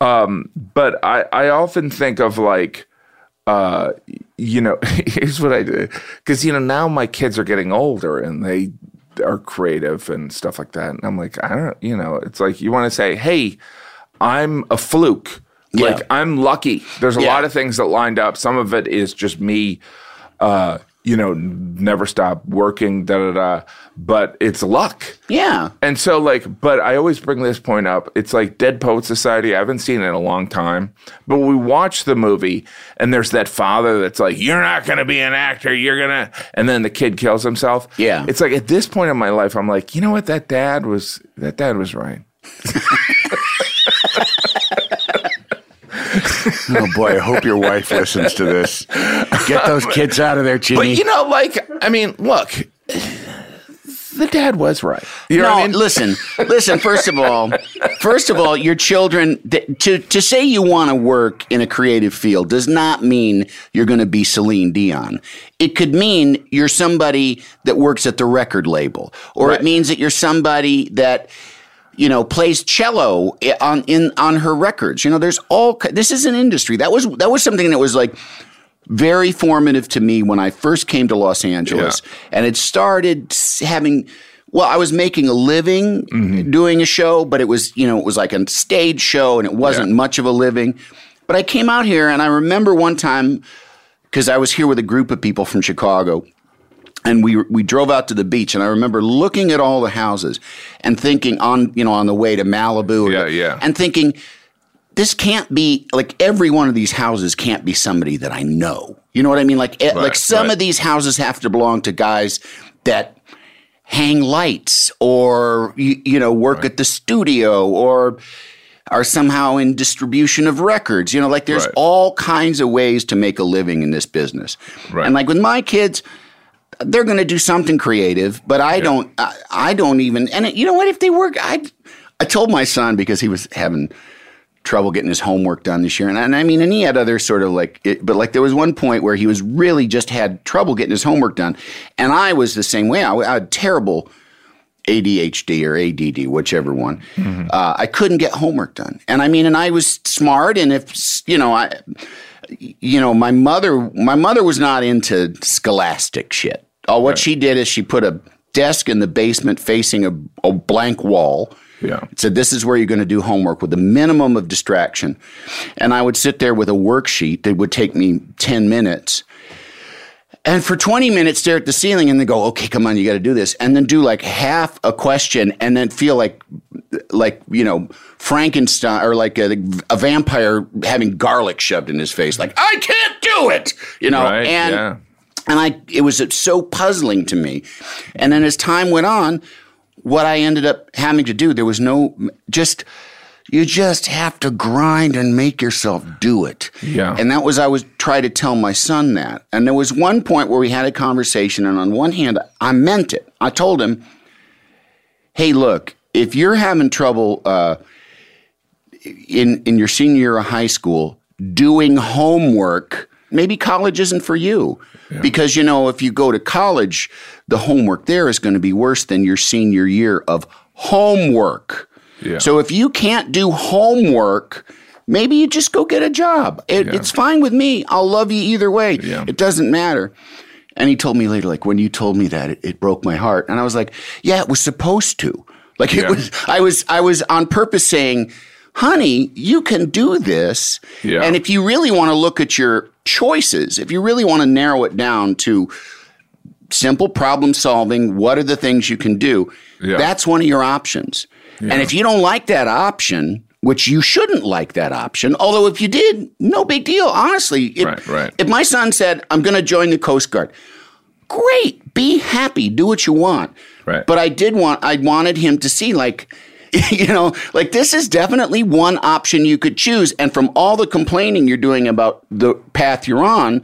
S1: um, but I I often think of like, uh, you know, here's what I do because you know now my kids are getting older and they are creative and stuff like that, and I'm like I don't, you know, it's like you want to say, hey, I'm a fluke.
S2: Yeah.
S1: Like I'm lucky. There's a
S2: Yeah.
S1: lot of things that lined up. Some of it is just me, uh, you know, n- never stop working, da da da. But it's luck.
S2: Yeah,
S1: And so, like, but I always bring this point up. It's like Dead Poet Society. I haven't seen it in a long time, but we watch the movie, and there's that father that's like, "You're not going to be an actor. You're gonna," and then the kid kills himself.
S2: Yeah.
S1: it's like at this point in my life, I'm like, you know what? That dad was that dad was right.
S3: Oh boy, I hope your wife listens to this. Get those kids out of there, Jimmy.
S1: But you know, like, I mean, look, the dad was right. You know
S2: no,
S1: what I mean?
S2: listen, listen. First of all, first of all, your children th- to to say you want to work in a creative field does not mean you're going to be Celine Dion. It could mean you're somebody that works at the record label, or it means that you're somebody that you know plays cello i- on in on her records. You know, there's all ki- this is an industry that was that was something that was like very formative to me when I first came to Los Angeles. And it started s- having, well, I was making a living
S1: Mm-hmm.
S2: doing a show, but it was, you know, it was like a stage show and it wasn't much of a living. But I came out here and I remember one time, because I was here with a group of people from Chicago. And we we drove out to the beach, and I remember looking at all the houses, and thinking on you know on the way to Malibu, or-
S1: Yeah, yeah.
S2: and thinking this can't be like every one of these houses can't be somebody that I know. You know what I mean? Like eh, like some
S1: right.
S2: of these houses have to belong to guys that hang lights or you, you know work at the studio or are somehow in distribution of records. You know, like there's
S1: Right.
S2: all kinds of ways to make a living in this business.
S1: Right.
S2: And like with my kids, they're going to do something creative, but I don't. I, I don't even. And it- you know what? If they work, I. I told my son because he was having trouble getting his homework done this year, and, and I mean, and he had other sort of like, it, but like there was one point where he was really just had trouble getting his homework done, and I was the same way. I, I had terrible ADHD or ADD, whichever one. Uh, I couldn't get homework done, and I mean, and I was smart, and if you know, I you know, my mother, my mother was not into scholastic shit. All what she did is she put a desk in the basement facing a, a blank wall.
S1: Yeah.
S2: Said, this is where you're going to do homework with a minimum of distraction. And I would sit there with a worksheet that would take me 10 minutes and for 20 minutes stare at the ceiling and then go okay come on you got to do this and then do like half a question and then feel like like you know frankenstein or like a, a vampire having garlic shoved in his face like i can't do it you know
S1: Right,
S2: and
S1: yeah.
S2: and i it was so puzzling to me and then as time went on what i ended up having to do there was no just you just have to grind and make yourself do it
S1: Yeah.
S2: and that was I was try to tell my son that. And there was one point where we had a conversation, and on one hand, I meant it. I told him, "Hey, look, if you're having trouble uh, in in your senior year of high school doing homework." Maybe college isn't for you because you know if you go to college, the homework there is going to be worse than your senior year of homework.
S1: Yeah.
S2: So if you can't do homework, maybe you just go get a job. It, It's fine with me. I'll love you either way.
S1: Yeah.
S2: It doesn't matter. And he told me later, like when you told me that, it, it broke my heart. And I was like, yeah, it was supposed to. Like it
S1: Yeah.
S2: was. I was. I was on purpose saying, honey, you can do this.
S1: Yeah.
S2: And if you really want to look at your choices, if you really want to narrow it down to simple problem solving what are the things you can do
S1: Yeah.
S2: that's one of your options and if you don't like that option which you shouldn't like that option although if you did no big deal honestly if,
S1: Right, right.
S2: if my son said i'm going to join the coast guard great be happy do what you want
S1: Right.
S2: but i did want i wanted him to see like you know, like this is definitely one option you could choose. And from all the complaining you're doing about the path you're on,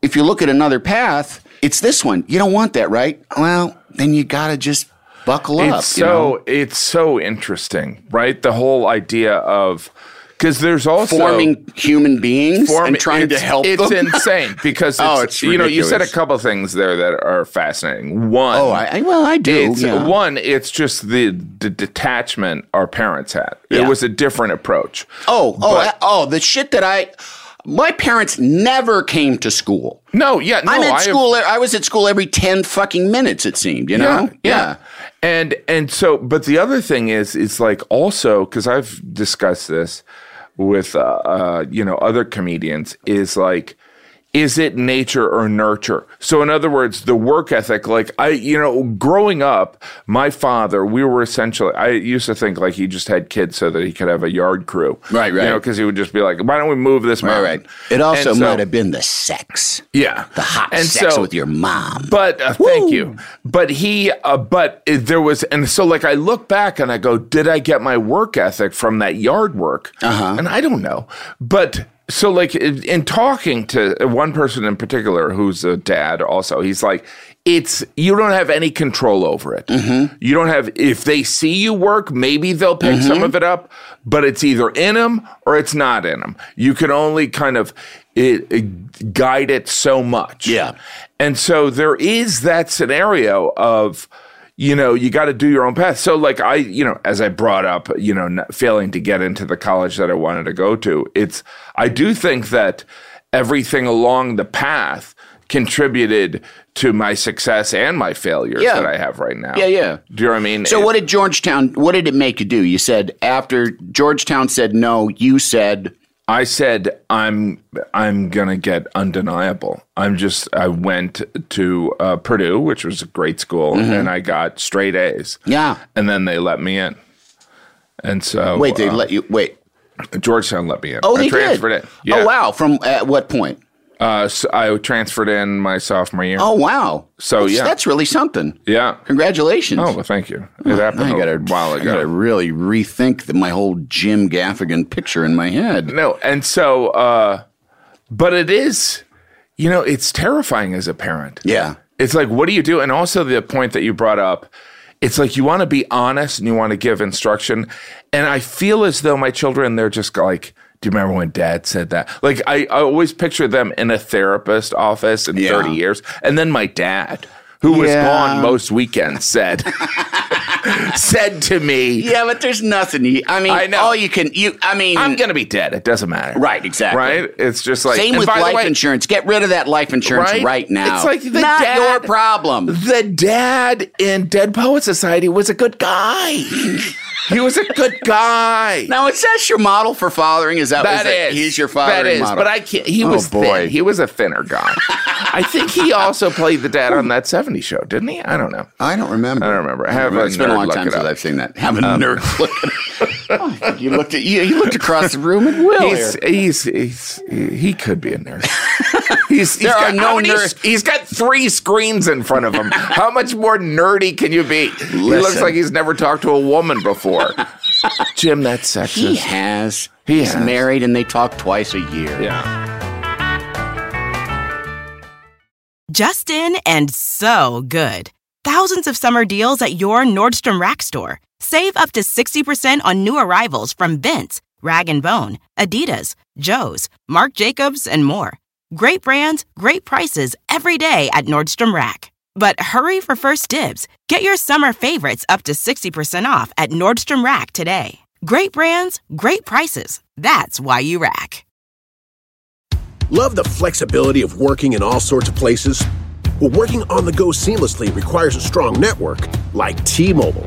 S2: if you look at another path, it's this one. You don't want that, right? Well, then you got to just buckle
S1: it's
S2: up.
S1: so
S2: you know?
S1: it's so interesting, right? The whole idea of because there's also
S2: forming human beings
S1: form-
S2: and trying to
S1: it's-
S2: help
S1: It's
S2: them.
S1: insane because it's,
S2: Oh, it's
S1: you know you said a
S2: ridiculous.
S1: couple things there that are fascinating. One,
S2: oh, I, I- well, I do.
S1: It's,
S2: yeah.
S1: One, it's just the, the detachment our parents had. It
S2: Yeah.
S1: was a different approach.
S2: Oh, oh,
S1: But-
S2: I- oh, the shit that I. My parents never came to school.
S1: No, yeah, no,
S2: I'm at
S1: I-
S2: school. e, I was at school every ten fucking minutes. It seemed, you know.
S1: And and so, but the other thing is, it's like also because I've discussed this with uh, uh, you know other comedians is like. Is it nature or nurture? So, in other words, the work ethic, like I, you know, growing up, my father, we were essentially, I used to think like he just had kids so that he could have a yard crew.
S2: Right,
S1: You
S2: right.
S1: know, because he would just be like, why don't we move this
S2: All
S1: mountain?
S2: right. It also
S1: And so-
S2: might have been the sex,
S1: Yeah.
S2: the hot
S1: And
S2: sex
S1: so-
S2: with your mom.
S1: But uh, thank you. But he, uh, but it, there was, and so like I look back and I go, did I get my work ethic from that yard work? Uh-huh. And I don't know. But so like in, in talking to uh, one person in particular who's a dad also, he's like, it's you don't have any control over it. You don't have if they see you work, maybe they'll pick some of it up, but it's either in them or it's not in them. You can only kind of it, it, guide it so much.
S2: Yeah.
S1: And so there is that scenario of, you know, you got to do your own path. So, like, I, you know, as I brought up, you know, not failing to get into the college that I wanted to go to, it's, I do think that everything along the path contributed to my success and my failures
S2: Yeah.
S1: that I have right now.
S2: Yeah, yeah.
S1: Do you know what I mean?
S2: so
S1: It-
S2: what did Georgetown? What did it make you do? You said after Georgetown said no, you said
S1: I said I'm I'm gonna get undeniable. I'm just I went to uh, Purdue, which was a great school, and I got straight A's.
S2: Mm-hmm. Yeah.
S1: and then they let me in, and so
S2: wait. They
S1: uh,
S2: let you wait.
S1: Georgetown let me in.
S2: Oh,
S1: I
S2: they did.
S1: transferred in. Yeah.
S2: Oh wow! From at what point?
S1: Uh, so I transferred in my sophomore year.
S2: Oh wow!
S1: So,
S2: That's-
S1: yeah.
S2: that's really something.
S1: yeah.
S2: Congratulations!
S1: Oh, well, thank you. It happened
S2: I
S1: a
S2: gotta,
S1: while
S2: I gotta
S1: ago.
S2: really rethink the, my whole Jim Gaffigan picture in my head.
S1: No, and so, uh, but it is, you know, it's terrifying as a parent.
S2: Yeah.
S1: It's like, what do you do? And also the point that you brought up, it's like you want to be honest and you want to give instruction. And I feel as though my children, they're just like, do you remember when dad said that? Like, I, I always picture them in a therapist office in
S2: Yeah.
S1: 30 years. And then my dad, who was
S2: Yeah.
S1: gone most weekends, said, said to me,
S2: Yeah, but there's nothing. You, I mean,
S1: I know.
S2: all you can. You, I mean,
S1: I'm going to be dead. It doesn't matter.
S2: Right, exactly.
S1: Right? It's just like,
S2: same
S1: and
S2: with
S1: by the
S2: life
S1: way-
S2: insurance. Get rid of that life insurance
S1: Right?
S2: right, now.
S1: It's like the
S2: not
S1: dad-
S2: your problem.
S1: The dad in Dead Poet Society was a good guy. he was a good guy.
S2: Now, is that your model for fathering? Is that
S1: That
S2: is that-
S1: is,
S2: he's your fathering
S1: That is,
S2: model?
S1: but I can't. He
S2: Oh,
S1: was
S2: boy.
S1: thin. He was a thinner guy. I think he also played the dad on that '70s show, didn't he? I don't know.
S2: I don't remember.
S1: I don't remember. I have a
S2: It's been
S1: nerd
S2: a long
S1: look
S2: time
S1: it
S2: since
S1: up. Um,
S2: I've seen that. Have a nerd look. At oh, I think you looked at you. You looked across the room at Will.
S1: He's, he's, he's, he could be a nerd. He's, he's
S2: There
S1: got,
S2: are no
S1: how many-
S2: nerds.
S1: He's got three screens in front of him. How much more nerdy can you be? He looks
S2: Listen.
S1: like he's never talked to a woman before. Jim, that's sexist.
S2: he has.
S1: He
S2: he's
S1: has.
S2: married, and they talk twice a year.
S1: Yeah.
S4: Just in and so good. Thousands of summer deals at your Nordstrom Rack store. Save up to 60% on new arrivals from Vince, Rag & Bone, Adidas, Joe's, Marc Jacobs, and more. Great brands, great prices every day at Nordstrom Rack. But hurry for first dibs. Get your summer favorites up to 60% off at Nordstrom Rack today. Great brands, great prices. That's why you rack.
S5: Love the flexibility of working in all sorts of places? Well, working on the go seamlessly requires a strong network like T Mobile.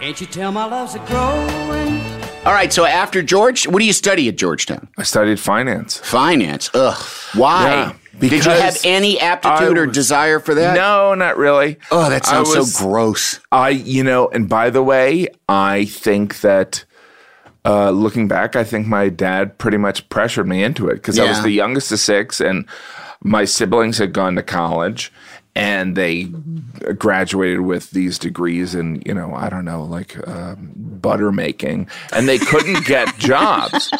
S6: Can't you tell my love's a growing?
S2: All right, so after George, what do you study at Georgetown?
S1: I studied finance.
S2: Finance. Ugh. Why?
S1: Yeah,
S2: Did
S1: because
S2: you have any aptitude
S1: I
S2: or
S1: was-
S2: desire for that?
S1: No, not really.
S2: Oh, that
S1: I
S2: sounds
S1: was-
S2: so gross.
S1: I, you know, and by the way, I think that uh, looking back, I think my dad pretty much pressured me into it because I was
S2: Yeah.
S1: the youngest of six, and my siblings had gone to college and they graduated with these degrees in, you know, I don't know, like um, butter making, and they couldn't get jobs.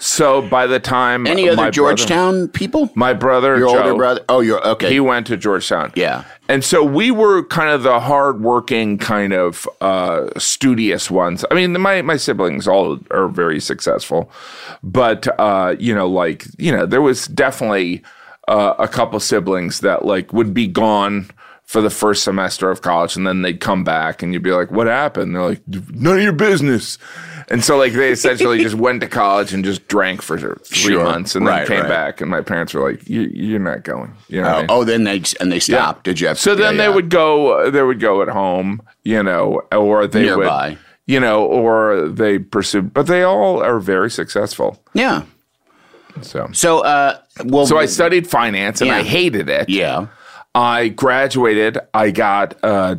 S1: So by the time
S2: Any
S1: my
S2: other
S1: brother-
S2: Georgetown people?
S1: my brother,
S2: your older
S1: Joe,
S2: brother. Oh, you're okay.
S1: he went to Georgetown.
S2: Yeah.
S1: And so we were kind of the hardworking, kind of uh, studious ones. I mean, my, my siblings all are very successful, but, uh, you know, like, you know, there was definitely uh, a couple siblings that, like, would be gone for the first semester of college and then they'd come back and you'd be like, what happened? They're like, none of your business. And so, like, they essentially just went to college and just drank for three
S2: Sure.
S1: months and then
S2: Right,
S1: came
S2: right.
S1: back. And my parents were like, you, you're not going. You know what I
S2: oh,
S1: mean?
S2: oh, then they and they stopped. Did you have?
S1: So then
S2: yeah,
S1: they
S2: yeah.
S1: would go. They would go at home, you know, or they
S2: Nearby.
S1: would, you know, or they pursue. But they all are very successful.
S2: Yeah.
S1: So,
S2: So, uh, well,
S1: so I studied finance and I
S2: Yeah.
S1: hated it.
S2: Yeah.
S1: I graduated. I got, uh,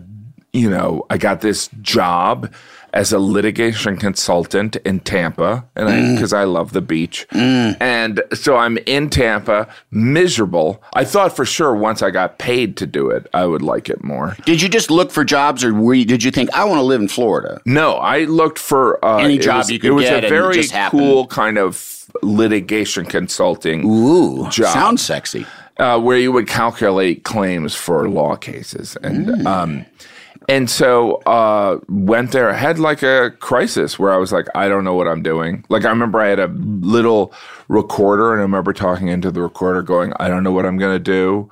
S1: you know, I got this job as a litigation consultant in Tampa, and
S2: Mm.
S1: because I, love the beach, and so I'm in Tampa, miserable. I thought for sure once I got paid to do it, I would like it more.
S2: Did you just look for jobs, or were you, did you think I want to live in Florida?
S1: No, I looked for uh,
S2: Any
S1: it
S2: job
S1: was-
S2: you could
S1: It was
S2: get and
S1: a
S2: it
S1: very
S2: just happened.
S1: cool kind of litigation consulting
S2: Ooh,
S1: Job.
S2: sounds sexy.
S1: uh, where you would calculate claims for law cases, and
S2: Mm.
S1: um, and so uh, went there. I had like a crisis where I was like, I don't know what I'm doing. Like I remember I had a little recorder, and I remember talking into the recorder, going, I don't know what I'm gonna do.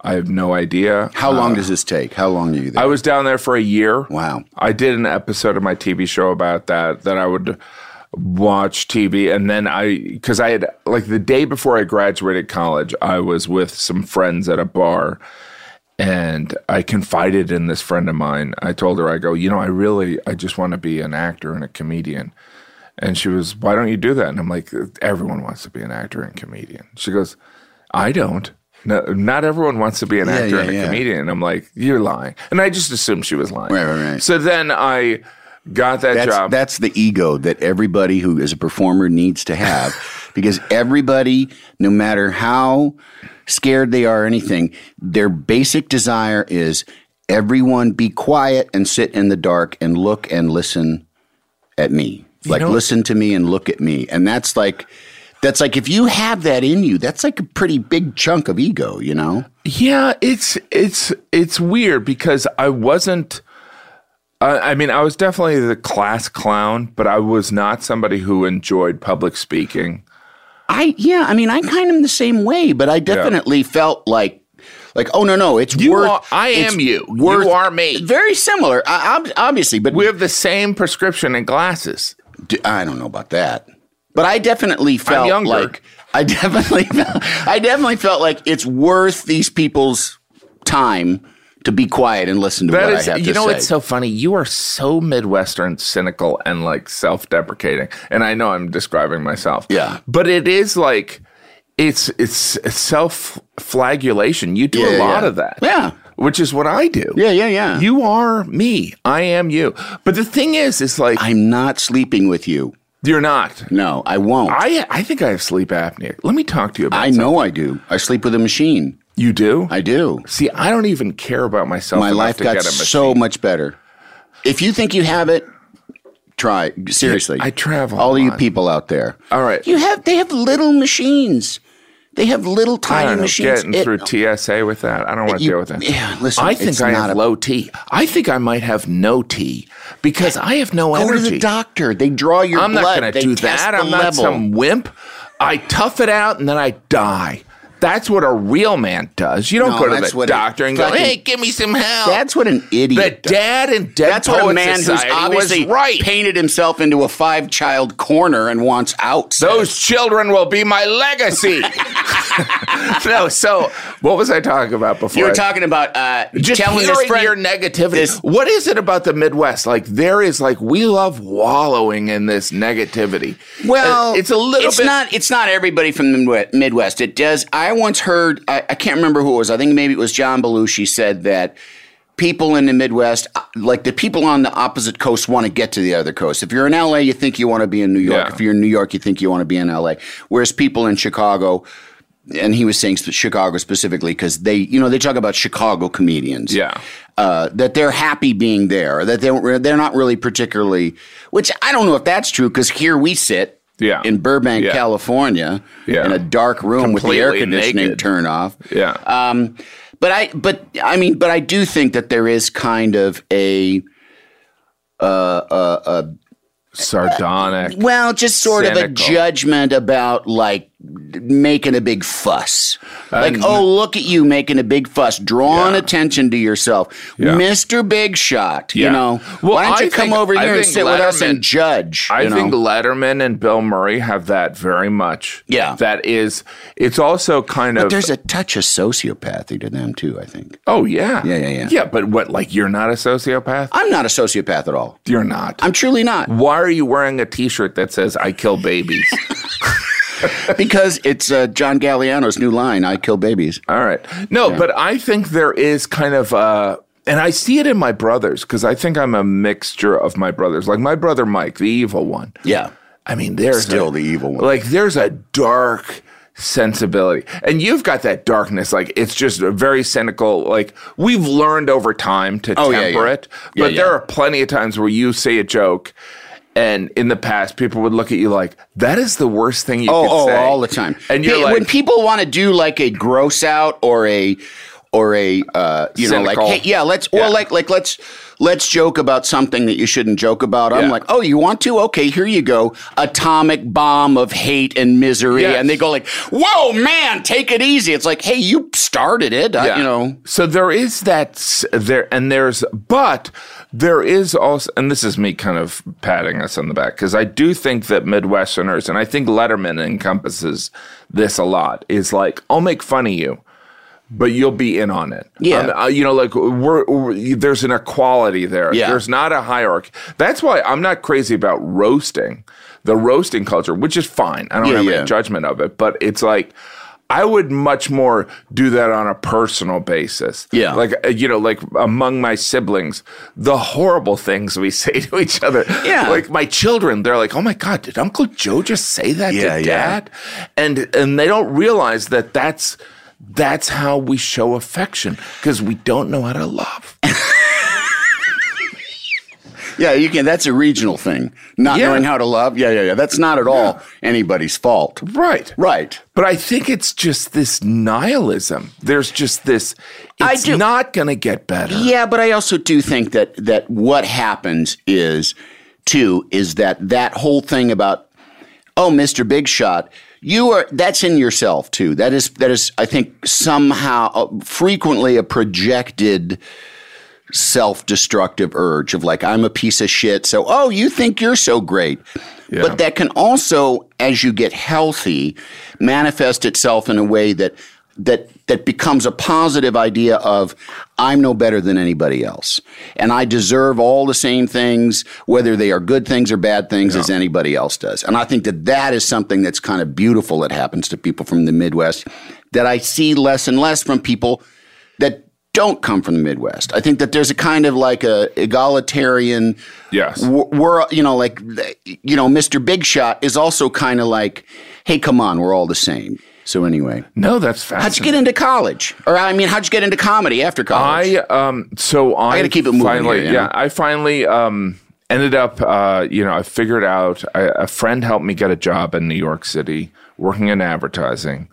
S1: I have no idea.
S2: How long does this take? How long are you there?
S1: I was down there for a year.
S2: Wow.
S1: I did an episode of my TV show about that, that I would watch TV. And then I, because I had, like, the day before I graduated college, I was with some friends at a bar and I confided in this friend of mine. I told her, I go, you know, I really, I just want to be an actor and a comedian. And she was, why don't you do that? And I'm like, everyone wants to be an actor and comedian. She goes, I don't. No, not everyone wants to be an actor
S2: yeah,
S1: and a
S2: yeah.
S1: comedian. And I'm like, you're lying. And I just assumed she was lying.
S2: Right, right, right.
S1: So then I got that
S2: that's,
S1: job.
S2: That's the ego that everybody who is a performer needs to have because everybody, no matter how scared they are or anything, their basic desire is everyone be quiet and sit in the dark and look and listen at me. Like
S1: know-
S2: listen to me and look at me. And that's like that's like if you have that in you, that's like a pretty big chunk of ego, you know?
S1: Yeah, it's it's it's weird because I wasn't. I I mean, I was definitely the class clown, but I was not somebody who enjoyed public speaking.
S2: I yeah, I mean, I kind of am the same way, but I definitely felt like like oh no no, it's
S1: You
S2: worth.
S1: are- I
S2: it's
S1: am you. You are me.
S2: Very similar, I, ob- obviously, but
S1: We have the same prescription and glasses.
S2: d- I don't know about that. But I definitely felt
S1: younger.
S2: like I definitely felt, I definitely felt like it's worth these people's time to be quiet and listen to
S1: That
S2: what
S1: is,
S2: I have
S1: you
S2: to
S1: know,
S2: say.
S1: it's so funny. You are so Midwestern, cynical, and like self-deprecating. And I know I'm describing myself.
S2: Yeah.
S1: but it is like it's it's self-flagellation. You do a
S2: Yeah,
S1: lot
S2: yeah.
S1: of that.
S2: Yeah.
S1: which is what I do.
S2: Yeah, yeah, yeah.
S1: You are me. I am you. But the thing is, is like
S2: I'm not sleeping with you.
S1: you're not.
S2: No, I won't.
S1: I I think I have sleep apnea. Let me talk to you about.
S2: I know I do. I sleep with a machine.
S1: You do?
S2: I do.
S1: See, I don't even care about myself.
S2: My
S1: enough
S2: life
S1: to
S2: got
S1: get a
S2: so
S1: machine.
S2: much better. If you think you have it, try seriously.
S1: I travel a
S2: All you
S1: lot.
S2: people out there.
S1: All right.
S2: You have they have little machines. They have little
S1: I
S2: tiny
S1: don't know,
S2: machines.
S1: getting
S2: It-
S1: through TSA with that. I don't want to
S2: you-
S1: deal with that.
S2: yeah, listen,
S1: I think
S2: it's
S1: I
S2: not
S1: have
S2: a-
S1: low T. I think I might have no T because I have no
S2: Go
S1: energy.
S2: to the doctor. They draw your
S1: I'm
S2: blood.
S1: not going to
S2: They
S1: do
S2: test
S1: that.
S2: the
S1: I'm not
S2: level.
S1: some wimp. I tough it out and then I die. That's what a real man does. You don't
S2: No,
S1: go to
S2: that's
S1: the
S2: what a
S1: doctor and go,
S2: fucking-
S1: "Hey, give me some help."
S2: That's what an
S1: the
S2: idiot. does.
S1: dad and dead
S2: That's what a
S1: Poets
S2: man who's
S1: Society was
S2: obviously
S1: right.
S2: painted himself into a five-child corner and wants out. says.
S1: Those children will be my legacy. no, so what was I talking about before?
S2: you were
S1: I-
S2: talking about uh,
S1: just
S2: telling
S1: hearing
S2: this friend
S1: your negativity.
S2: this-
S1: what is it about the Midwest? Like there is like we love wallowing in this negativity.
S2: Well,
S1: Uh, it's a little
S2: It's
S1: bit.
S2: not. It's not everybody from the Mid- Midwest. It does. I once heard. I, I can't remember who it was. I think maybe it was John Belushi said that people in the Midwest, uh, like the people on the opposite coast, want to get to the other coast. If you're in LA, you think you want to be in New York.
S1: Yeah.
S2: If you're in New York, you think you want to be in LA. Whereas people in Chicago. And he was saying sp- Chicago specifically because they, you know, they talk about Chicago comedians
S1: yeah.
S2: uh, that they're happy being there, that they don't- they're not really particularly. Which I don't know if that's true because here we sit,
S1: Yeah.
S2: in Burbank,
S1: Yeah.
S2: California,
S1: Yeah.
S2: in a dark room with the air
S1: Completely
S2: conditioning
S1: naked.
S2: turned off.
S1: Yeah.
S2: Um, but I, but I mean, but I do think that there is kind of a
S1: Sardonic.
S2: well, just sort of a
S1: Cynical.
S2: judgment about like making a big fuss. Like,
S1: n-
S2: oh, look at you making a big fuss, drawing
S1: Yeah.
S2: attention to yourself,
S1: Yeah.
S2: Mister Big Shot.
S1: Yeah.
S2: You know,
S1: Well,
S2: why don't you
S1: I
S2: come
S1: think-
S2: over
S1: I
S2: here and
S1: think
S2: sit with us
S1: Letterman-
S2: and judge?
S1: I
S2: you know?
S1: think Letterman and Bill Murray have that very much.
S2: Yeah.
S1: That is, it's also kind
S2: but
S1: of.
S2: there's a touch of sociopathy to them too. I think
S1: oh, yeah.
S2: Yeah, yeah, yeah.
S1: Yeah, but what, like, you're not a sociopath?
S2: I'm not a sociopath at all.
S1: You're not.
S2: I'm truly not
S1: Why are you wearing a t shirt that says, I kill babies?
S2: because it's uh, John Galliano's new line: "I kill babies."
S1: All right. No, but I think there is kind of a, and I see it in my brothers because I think I'm a mixture of my brothers. Like my brother Mike, the evil one.
S2: Yeah,
S1: I mean, there's
S2: Still
S1: a-
S2: the evil one.
S1: Like there's a dark sensibility, and you've got that darkness. Like it's just a very cynical. Like we've learned over time to
S2: Oh, yeah,
S1: temper
S2: yeah.
S1: it,
S2: Yeah,
S1: but there
S2: yeah.
S1: are plenty of times where you say a joke. And in the past, people would look at you like, "That is the worst thing you
S2: oh,
S1: could
S2: oh,
S1: say."
S2: all the time.
S1: And you're
S2: Pe-
S1: like,
S2: when people want to do like a gross out or a or a uh, you know like
S1: Cynical.
S2: hey, yeah let's or
S1: Yeah.
S2: like like let's let's joke about something that you shouldn't joke about. I'm
S1: Yeah.
S2: like, oh, you want to? Okay, here you go, atomic bomb of hate and misery,
S1: Yes.
S2: and they go like, whoa, man, take it easy. It's like, hey, you started it, I-
S1: Yeah.
S2: you know.
S1: So there is that s- there, and there's, but there is also, and this is me kind of patting us on the back because I do think that Midwesterners, and I think Letterman encompasses this a lot, is like I'll make fun of you, but you'll be in on it.
S2: Yeah.
S1: Um, uh, you know, like we're, we there's an equality there.
S2: Yeah.
S1: There's not a hierarchy. That's why I'm not crazy about roasting, the roasting culture, which is fine. I don't
S2: Yeah,
S1: have
S2: yeah.
S1: any judgment of it, but it's like. I would much more do that on a personal basis.
S2: Yeah.
S1: Like, uh, you know, like among my siblings, the horrible things we say to each other.
S2: Yeah.
S1: Like my children, they're like, oh my God, did Uncle Joe just say that
S2: Yeah,
S1: to
S2: yeah.
S1: dad? And, and they don't realize that that's, that's how we show affection because we don't know how to love.
S2: Yeah, you can. That's a regional thing. Not
S1: Yeah.
S2: knowing how to love. Yeah, yeah, yeah. That's not at all anybody's fault.
S1: right.
S2: Right.
S1: But I think it's just this nihilism. There's just this,
S2: I
S1: it's
S2: do-
S1: not going to get better.
S2: Yeah, but I also do think that that what happens is too is that that whole thing about oh, Mr. Big Shot, you are that's in yourself too. That is that is I think somehow uh, frequently a projected self-destructive urge of like I'm a piece of shit. So, oh, you think you're so great. But that can also as you get healthy manifest itself in a way that that that becomes a positive idea of I'm no better than anybody else and I deserve all the same things whether they are good things or bad things as anybody else does. And I think that that is something that's kind of beautiful that happens to people from the Midwest that I see less and less from people that don't come from the Midwest. I think that there's a kind of like a egalitarian.
S1: Yes.
S2: w- We're, you know, like, you know, Mr. Big Shot is also kind of like, hey, come on, we're all the same. So anyway,
S1: No, that's fascinating.
S2: how'd you get into college? Or I mean, how'd you get into comedy after
S1: I
S2: college?
S1: um so I,
S2: gotta keep it moving
S1: Finally,
S2: here, you
S1: yeah,
S2: know?
S1: I finally um ended up uh you know I figured out I, a friend helped me get a job in New York City working in advertising,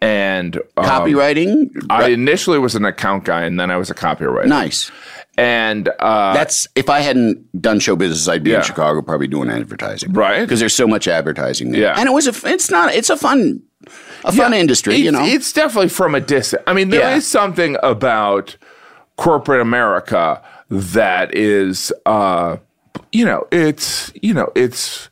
S1: and um,
S2: Copywriting.
S1: I initially was an account guy, and then I was a copywriter.
S2: nice.
S1: And uh,
S2: That's if I hadn't done show business, I'd be
S1: Yeah.
S2: in Chicago probably doing advertising,
S1: Right.
S2: Because there's so much advertising there.
S1: Yeah.
S2: and it was a. It's not. It's a fun, a fun
S1: Yeah,
S2: industry, you
S1: it's-
S2: know.
S1: It's definitely from a distance. I mean, there is
S2: Yeah.
S1: something about corporate America that is, uh, you know, it's you know, it's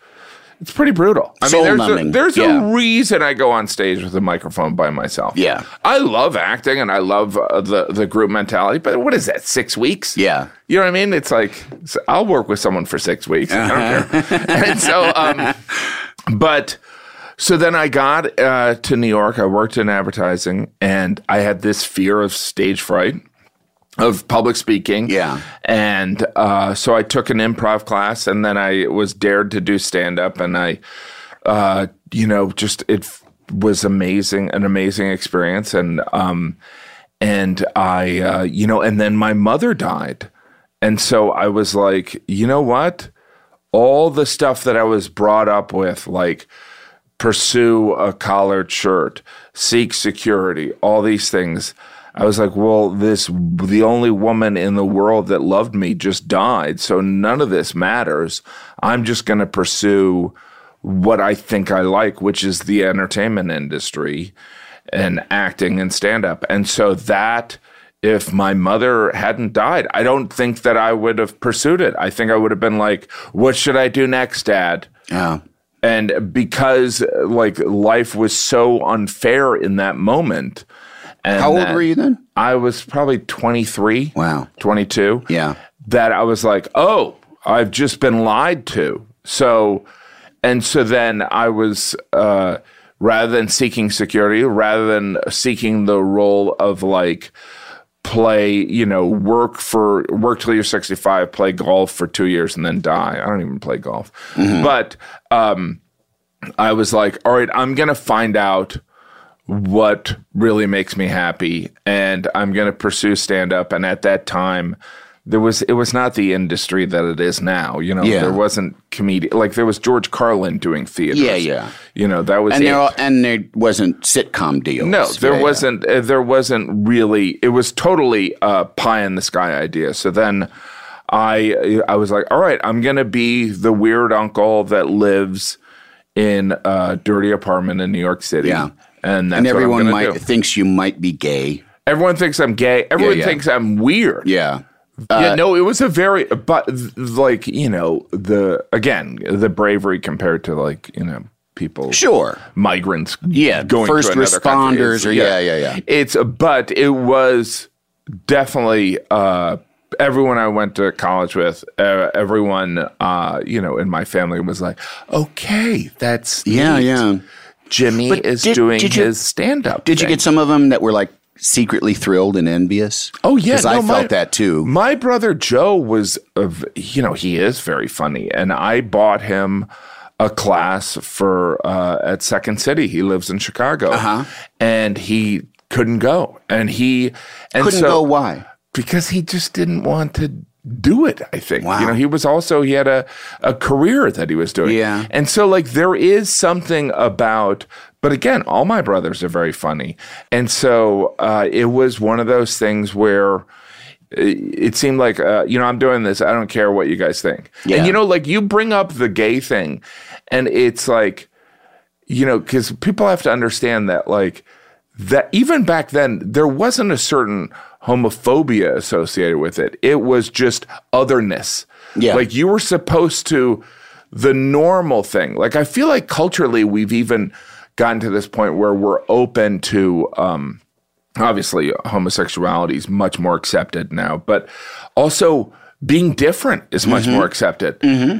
S1: it's pretty brutal. I
S2: Soul
S1: mean, there's a,
S2: numbing.
S1: there's
S2: Yeah.
S1: a reason I go on stage with a microphone by myself.
S2: Yeah.
S1: I love acting and I love uh, the the group mentality, but what is that? Six weeks?
S2: Yeah.
S1: You know what I mean? It's like so I'll work with someone for six weeks. I don't care. and so, um, but so then I got uh, to New York. I worked in advertising, and I had this fear of stage fright, of public speaking.
S2: Yeah.
S1: and uh, so I took an improv class, and then I was dared to do stand up, and I, uh, you know, just it f- was amazing, an amazing experience, and um, and I, uh, you know, and then my mother died, and so I was like, you know what? all the stuff that I was brought up with, like pursue a collared shirt, seek security, all these things. I was like, well, this, the only woman in the world that loved me just died. So none of this matters. I'm just going to pursue what I think I like, which is the entertainment industry and acting and stand up. And so that, if my mother hadn't died, I don't think that I would have pursued it. I think I would have been like, what should I do next, dad?
S2: yeah.
S1: And because uh, like life was so unfair in that moment. And
S2: How old
S1: that-
S2: were you then?
S1: I was probably 23.
S2: Wow.
S1: 22.
S2: Yeah.
S1: That I was like, oh, I've just been lied to. So, and so then I was, uh, rather than seeking security, rather than seeking the role of like, play, you know, work for work till you're 65, play golf for 2 years and then die. I don't even play golf.
S2: Mm-hmm.
S1: But um I was like, all right, I'm going to find out what really makes me happy and I'm going to pursue stand up and at that time there was it was not the industry that it is now, you know.
S2: Yeah.
S1: There wasn't comedian like there was George Carlin doing theater.
S2: Yeah, yeah.
S1: You know, that was
S2: And
S1: it.
S2: there and there wasn't sitcom deals.
S1: No, there
S2: Yeah, yeah.
S1: wasn't. Uh, there wasn't really. It was totally a pie in the sky idea. So then, I I was like, all right, I'm gonna be the weird uncle that lives in a dirty apartment in New York City.
S2: Yeah.
S1: and that's
S2: And
S1: what I'm
S2: everyone
S1: gonna
S2: might
S1: do.
S2: thinks you might be gay.
S1: everyone thinks I'm gay. Everyone
S2: yeah.
S1: thinks I'm weird.
S2: Yeah. uh,
S1: yeah, no, it was a very, but like you know, the again the bravery compared to like you know people
S2: Sure.
S1: migrants
S2: Yeah,
S1: going to
S2: first
S1: another country.
S2: responders
S1: It's-
S2: or- yeah, yeah, yeah.
S1: it's but it was definitely uh everyone i went to college with uh, everyone uh you know in my family was like okay that's
S2: Yeah,
S1: neat.
S2: yeah.
S1: jimmy
S2: But
S1: is
S2: did-
S1: doing
S2: did you-
S1: his stand-up
S2: Did you
S1: thing.
S2: get some of them that were like secretly thrilled and envious?
S1: Oh yeah,
S2: because I
S1: no,
S2: felt
S1: my-
S2: that too.
S1: My brother Joe was, of you know, he is very funny, and I bought him a class for uh, at Second City. He lives in Chicago,
S2: Uh-huh.
S1: and he couldn't go, and he and
S2: Couldn't
S1: so,
S2: go. Why?
S1: because he just didn't want to do it i think
S2: Wow.
S1: you know he was also he had a, a career that he was doing
S2: Yeah.
S1: and so like there is something about but again all my brothers are very funny and so uh, it was one of those things where uh, it seemed like uh, you know I'm doing this. I don't care what you guys think.
S2: Yeah.
S1: And you know, like you bring up the gay thing, and it's like you know because people have to understand that like that even back then there wasn't a certain homophobia associated with it. It was just otherness.
S2: Yeah.
S1: like you were supposed to the normal thing. Like I feel like culturally we've even gotten to this point where we're open to. um obviously uh, homosexuality is much more accepted now, but also being different is much
S2: Mm-hmm.
S1: more accepted.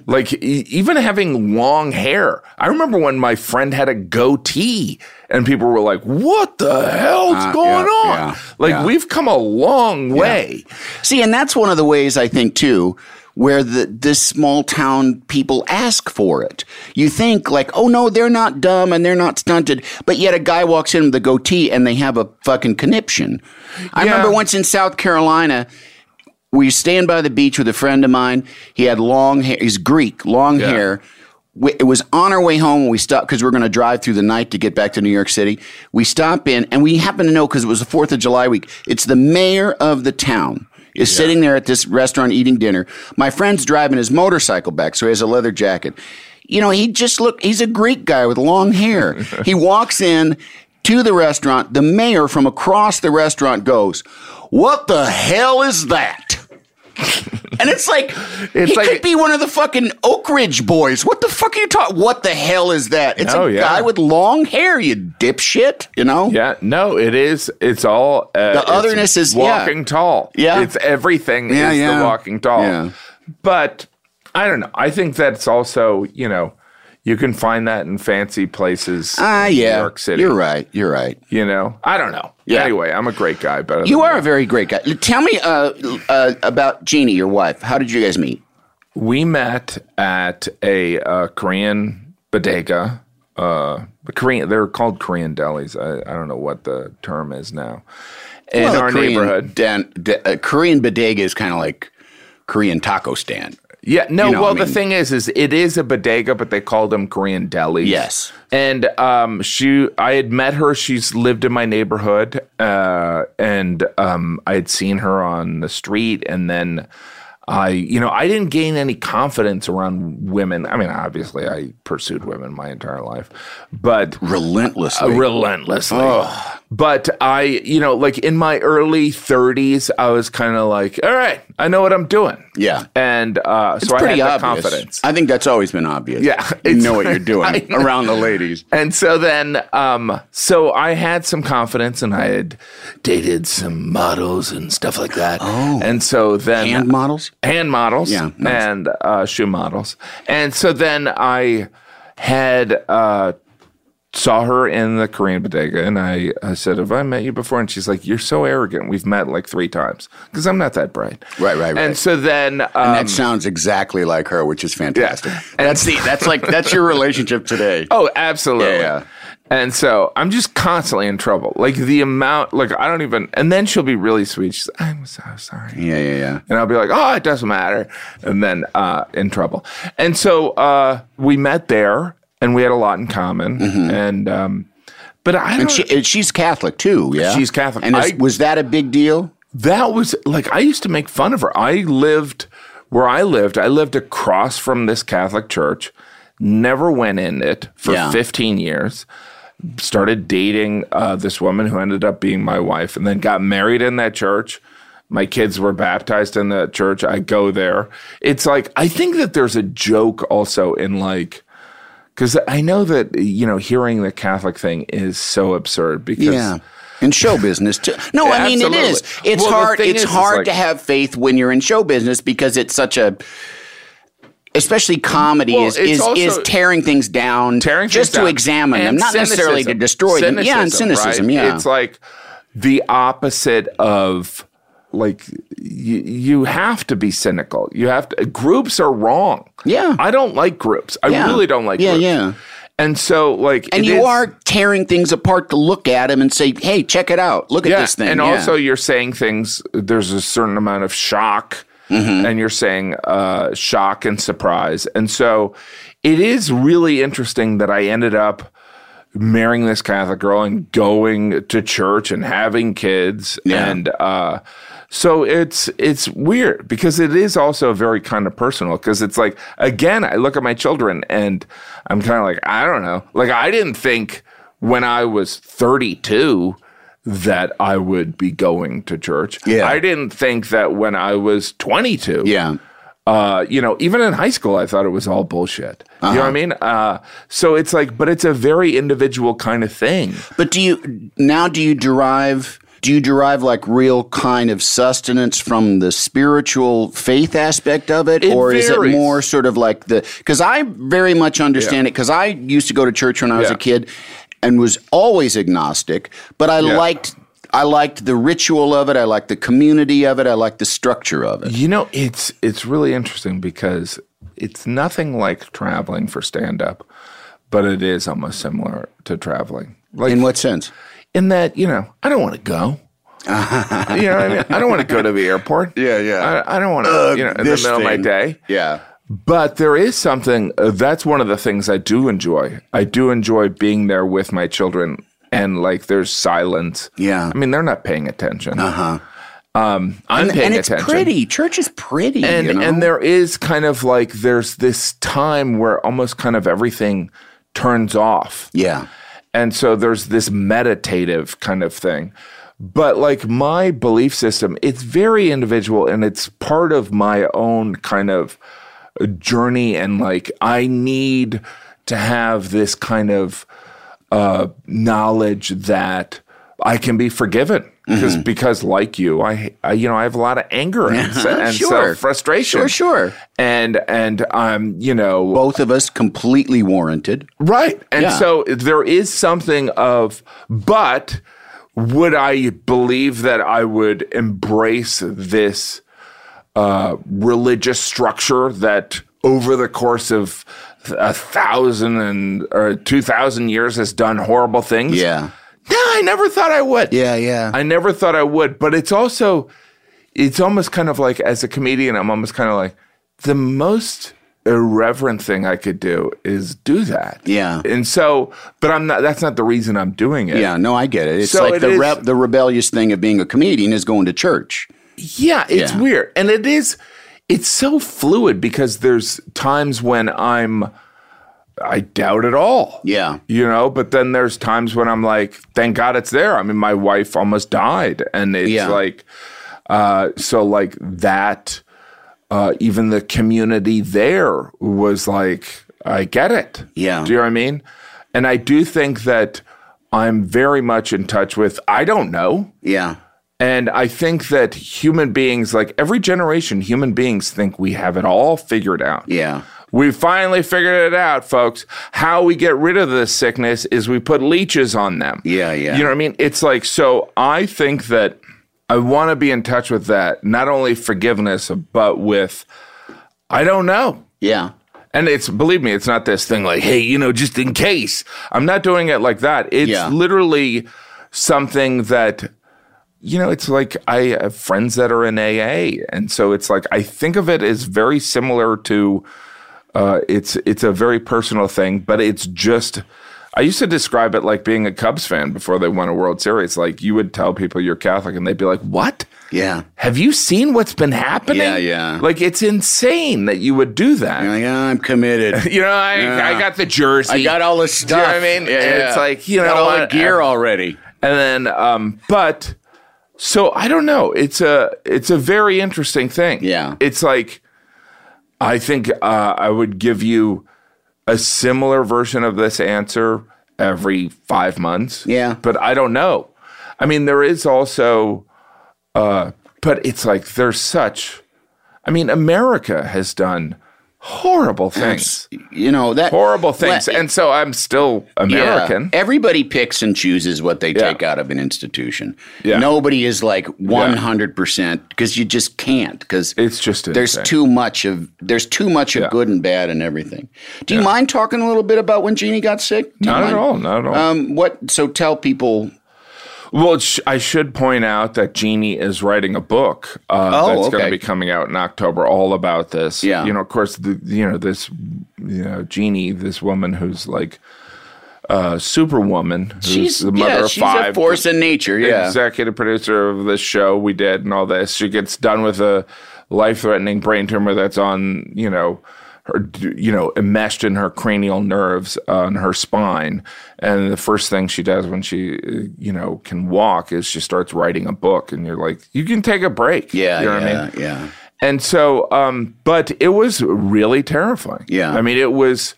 S1: Like e- even having long hair. I remember when my friend had a goatee and people were like, "What the hell's
S2: Uh,
S1: going
S2: yeah,
S1: on?"
S2: yeah,
S1: like
S2: yeah.
S1: we've come a long way.
S2: See, and that's one of the ways I think too where the this small town people ask for it. You think like, oh no, they're not dumb and they're not stunted, but yet a guy walks in with a goatee and they have a fucking conniption. I
S1: Yeah.
S2: remember once in South Carolina, we stand by the beach with a friend of mine. He had long hair. He's Greek, long
S1: Yeah.
S2: hair. We, it was on our way home when we stopped because we are going to drive through the night to get back to New York City. We stop in and we happen to know because it was the 4th of July week. It's the mayor of the town is sitting there at this restaurant eating dinner. My friend's driving his motorcycle back, so he has a leather jacket. You know, he just look, he's a Greek guy with long hair. he walks in to the restaurant. The mayor from across the restaurant goes, What the hell is that? And it's like he
S1: like-
S2: could be one of the fucking Oak Ridge boys. What the fuck are you talking? What the hell is that? It's
S1: Oh,
S2: a
S1: yeah.
S2: guy with long hair, you dipshit. You know?
S1: Yeah, no, it is. It's all uh,
S2: The
S1: it's
S2: otherness is- yeah.
S1: walking tall.
S2: Yeah.
S1: it's everything
S2: Yeah,
S1: is
S2: yeah.
S1: the walking tall.
S2: Yeah.
S1: But I don't know. I think that's also you know you can find that in fancy places.
S2: Ah,
S1: in
S2: yeah.
S1: New York City.
S2: You're right. You're right.
S1: You know, I don't know.
S2: Yeah.
S1: Anyway, I'm a great guy, but
S2: You are a very great guy. Tell me uh, uh, about Jeannie, your wife. How did you guys meet?
S1: We met at a uh, Korean bodega. Uh, the Korean, they're called Korean delis. I, I don't know what the term is now. In
S2: Well,
S1: our
S2: Korean
S1: neighborhood,
S2: Dan, da- uh, Korean bodega is kind of like Korean taco stand.
S1: Yeah, no.
S2: You know,
S1: well,
S2: I
S1: the
S2: mean-
S1: thing is, is it is a bodega, but they call them Korean delis.
S2: Yes.
S1: and um, she, I had met her. She's lived in my neighborhood, uh, and um, I had seen her on the street, and then I, you know, I didn't gain any confidence around women. I mean, obviously, I pursued women my entire life, but Oh,
S2: Relentlessly.
S1: Uh, relentlessly. But I, you know, like in my early 30s, I was kind of like, all right, I know what I'm doing.
S2: Yeah.
S1: And uh,
S2: it's
S1: so I had
S2: pretty
S1: that
S2: obvious.
S1: confidence.
S2: I think that's always been obvious.
S1: Yeah,
S2: You
S1: it's
S2: know what
S1: like-
S2: you're doing
S1: I know.
S2: around the ladies.
S1: and so then, um, so I had some confidence and I had dated some models and stuff like that. Oh. And so then.
S2: Hand models?
S1: hand models
S2: Yeah, nice.
S1: and uh, shoe models. And so then I had uh, saw her in the Korean bodega, and I, I said, "Have I met you before?" And she's like, "You're so arrogant. We've met like three times because I'm not that bright."
S2: Right, right, right.
S1: And so then, um,
S2: And that sounds exactly like her, which is fantastic.
S1: Yeah.
S2: That's the that's like that's your relationship today.
S1: oh, absolutely.
S2: Yeah, yeah.
S1: And so I'm just constantly in trouble. Like the amount, like I don't even. And then she'll be really sweet. She's like, "I'm so sorry."
S2: Yeah, yeah, yeah.
S1: And I'll be like, oh, it doesn't matter. And then uh, in trouble. And so uh, we met there and we had a lot in common. And, um, but I don't,
S2: Mm-hmm. And she and she's Catholic too. Yeah,
S1: She's Catholic.
S2: And is,
S1: I-
S2: was that a big deal?
S1: that was like, I used to make fun of her. I lived where I lived, I lived across from this Catholic church, never went in it for
S2: Yeah.
S1: 15 years. Started dating uh, this woman who ended up being my wife and then got married in that church. My kids were baptized in that church. I go there. It's like, I think that there's a joke also in like, because I know that, you know, hearing the Catholic thing is so absurd because.
S2: Yeah. In show business too. No, I mean it is.
S1: Absolutely.
S2: It's
S1: Well, the
S2: hard.
S1: thing
S2: It's
S1: is, it's
S2: hard
S1: like-
S2: to have faith when you're in show business because it's such a. Especially comedy
S1: Well,
S2: is
S1: it's
S2: is, is
S1: also-
S2: tearing things down,
S1: tearing
S2: just
S1: things
S2: to
S1: down.
S2: examine them,
S1: And
S2: not necessarily to
S1: cynicism.
S2: destroy them. Yeah, and cynicism.
S1: right?
S2: Yeah,
S1: it's like the opposite of like you, you have to be cynical. You have to. Groups are wrong.
S2: Yeah.
S1: I don't like groups. I
S2: Yeah.
S1: really don't like.
S2: Yeah,
S1: groups.
S2: yeah.
S1: And so, like,
S2: and
S1: it
S2: you
S1: is-
S2: are tearing things apart to look at them and say, "Hey, check it out! Look at this thing."
S1: And
S2: Yeah.
S1: also, you're saying things, there's a certain amount of shock,
S2: Mm-hmm.
S1: and you're saying uh, shock and surprise. And so it is really interesting that I ended up marrying this Catholic girl and going to church and having kids.
S2: Yeah.
S1: And, uh, so it's it's weird because it is also very kind of personal because it's like again I look at my children and I'm kind of like I don't know like I didn't think when I was 32 that I would be going to church.
S2: Yeah.
S1: I didn't think that when I was 22
S2: yeah,
S1: uh, you know, even in high school, I thought it was all bullshit. You know
S3: Uh-huh.
S1: what I mean? Uh, so it's like, but it's a very individual kind of thing.
S2: But do you now do you derive do you derive like real kind of sustenance from the spiritual faith aspect of it,
S1: It
S2: or is it
S1: varies.
S2: more sort of like the because I very much understand it because I used to go to church when I was
S1: Yeah.
S2: a kid and was always agnostic, but I
S1: Yeah.
S2: liked I liked the ritual of it. I liked the community of it. I liked the structure of it.
S1: You know, it's it's really interesting because it's nothing like traveling for stand up, but it is almost similar to traveling. Like
S2: In what sense?
S1: in that, you know, I don't want to go. you know what I mean? I don't want to go to the airport.
S3: Yeah, yeah.
S1: I, I don't want to,
S3: Ugh,
S1: you know, in the
S3: this
S1: middle of my
S3: thing.
S1: day.
S2: Yeah.
S1: But there is something uh, that's one of the things I do enjoy. I do enjoy being there with my children and like there's silence.
S2: Yeah.
S1: I mean, they're not paying attention. Uh-huh. Um, I'm
S2: And,
S1: paying
S2: and it's
S1: attention.
S2: pretty. Church is pretty.
S1: And
S2: you know?
S1: and there is kind of like there's this time where almost kind of everything turns off.
S2: yeah.
S1: And so there's this meditative kind of thing. But like my belief system, it's very individual and it's part of my own kind of journey. And like I need to have this kind of uh, knowledge that I can be forgiven.
S2: Mm-hmm.
S1: Because, because like you, I, I, you know, I have a lot of anger and, and
S2: Sure.
S1: self frustration.
S2: Sure, sure.
S1: And and I'm, you know,
S2: Both of us completely warranted.
S1: Right. And
S2: Yeah.
S1: so there is something of, but would I believe that I would embrace this uh, religious structure that over the course of a thousand and or two thousand years has done horrible things?
S2: Yeah.
S1: No, I never thought I would.
S2: Yeah, yeah.
S1: I never thought I would, but it's also, it's almost kind of like as a comedian, I'm almost kind of like the most irreverent thing I could do is do that.
S2: Yeah.
S1: And so, but I'm not. That's not the reason I'm doing it.
S2: Yeah, no, I get it. It's
S1: So
S2: like
S1: it
S2: the
S1: is-
S2: rep, the rebellious thing of being a comedian is going to church.
S1: Yeah, it's
S2: Yeah.
S1: weird. And it is it's so fluid because there's times when I'm I doubt it all.
S2: Yeah.
S1: You know, but then there's times when I'm like, thank God it's there. I mean, my wife almost died. And it's
S2: Yeah.
S1: like uh so like that uh even the community there was like, I get it.
S2: Yeah.
S1: Do you know what I mean? And I do think that I'm very much in touch with I don't know.
S2: Yeah.
S1: And I think that human beings, like every generation, human beings think we have it all figured out.
S2: Yeah.
S1: We finally figured it out, folks. How we get rid of this sickness is we put leeches on them.
S2: Yeah, yeah.
S1: You know what I mean? It's like, so I think that I want to be in touch with that, not only forgiveness, but with, I don't know.
S2: Yeah.
S1: And it's believe me, it's not this thing like, hey, you know, just in case. I'm not doing it like that. It's
S2: Yeah.
S1: literally something that you know, it's like I have friends that are in AA, and so it's like I think of it as very similar to uh, it's it's a very personal thing, but it's just I used to describe it like being a Cubs fan before they won a World Series. Like you would tell people you're Catholic, and they'd be like, "What?
S2: Yeah.
S1: Have you seen what's been happening?
S2: Yeah, yeah.
S1: Like it's insane that you would do that.
S2: You're like, "Ah, I'm committed.
S1: You know, I, I got the jersey.
S2: I got all this
S1: Do you know
S2: stuff.
S1: what I mean?
S2: Yeah.
S1: It's like, you know,
S2: Got all the
S1: what-
S2: gear already.
S1: And then, um, but so I don't know. It's a it's a very interesting thing.
S2: Yeah.
S1: It's like I think uh, I would give you a similar version of this answer every five months.
S2: Yeah.
S1: But I don't know. I mean, there is also, uh, but it's like there's such. I mean, America has done horrible things
S2: You know that
S1: horrible things.
S2: Well,
S1: and so I'm still
S2: yeah.
S1: American.
S2: Everybody picks and chooses what they
S1: Yeah.
S2: take out of an institution.
S1: Yeah.
S2: Nobody is like 100% because you just can't because
S1: It's just
S2: there's
S1: insane.
S2: too much of there's too much of
S1: Yeah.
S2: good and bad and everything. Do you mind talking a little bit about when Jeannie got sick? Do you
S1: Not at
S2: mind?
S1: all. Not at all.
S2: Um, what? So tell people.
S1: well, sh- I should point out that Jeannie is writing a book uh,
S2: Oh,
S1: that's going to
S2: okay.
S1: be coming out in October, all about this.
S2: Yeah.
S1: You know, of course, the, you know this, you know, Jeannie, this woman who's like uh, superwoman, who's
S2: She's
S1: the mother
S2: yeah,
S1: of
S2: she's
S1: five,
S2: a force in nature. Yeah,
S1: executive producer of the show we did and all this. She gets done with a life-threatening brain tumor that's on, you know, her, you know, enmeshed in her cranial nerves on her spine. And the first thing she does when she, uh, you know, can walk is she starts writing a book. And you're like, you can take a break.
S2: yeah,
S1: you know
S2: yeah,
S1: what I mean?
S2: yeah.
S1: And so, um, but it was really terrifying.
S2: Yeah.
S1: I mean, it was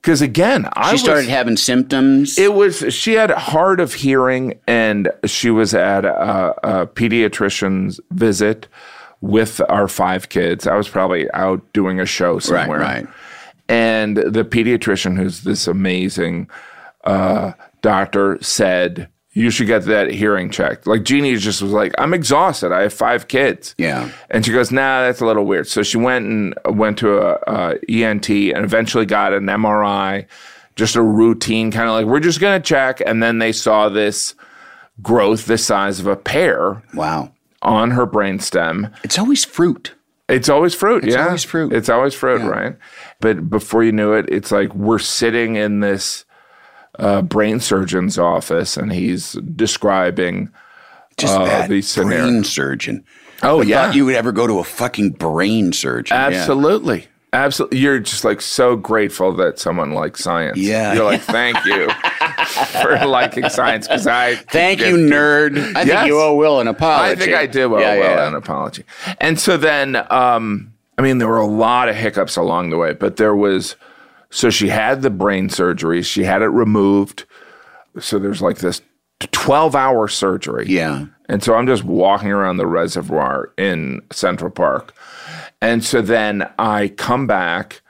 S1: because again, I
S2: She
S1: was,
S2: started having symptoms.
S1: it was she had hard of hearing, and she was at a, a pediatrician's visit with our five kids. I was probably out doing a show
S2: right,
S1: somewhere,
S2: right.
S1: And the pediatrician, who's this amazing uh, doctor, said, you should get that hearing checked. Like Jeannie just was like, I'm exhausted. I have five kids.
S2: Yeah.
S1: And she goes, Nah, that's a little weird. So she went and uh, went to a, a ENT and eventually got an MRI, just a routine kind of like we're just gonna check. And then they saw this growth the size of a pear
S2: Wow.
S1: on her brainstem.
S2: It's always fruit.
S1: It's always fruit.
S2: It's
S1: yeah.
S2: always fruit.
S1: It's always fruit, right? But before you knew it, it's like we're sitting in this uh, brain surgeon's office and he's describing.
S2: Just
S1: Oh,
S2: that
S1: these scenarios.
S2: brain surgeon.
S1: Oh,
S2: I
S1: yeah.
S2: thought you would ever go to a fucking brain surgeon. Yeah.
S1: Absolutely. Absolutely. You're just like so grateful that someone likes science.
S2: Yeah.
S1: You're like, thank you for liking science because I.
S2: Thank you, nerd. I
S1: Yes.
S2: think you owe Will an apology.
S1: I think I did well,
S2: Yeah,
S1: well
S2: yeah.
S1: an apology. And so then, um, I mean, there were a lot of hiccups along the way, but there was. So she had the brain surgery. She had it removed. So there's like this 12 hour surgery.
S2: Yeah.
S1: And so I'm just walking around the reservoir in Central Park. And so then I come back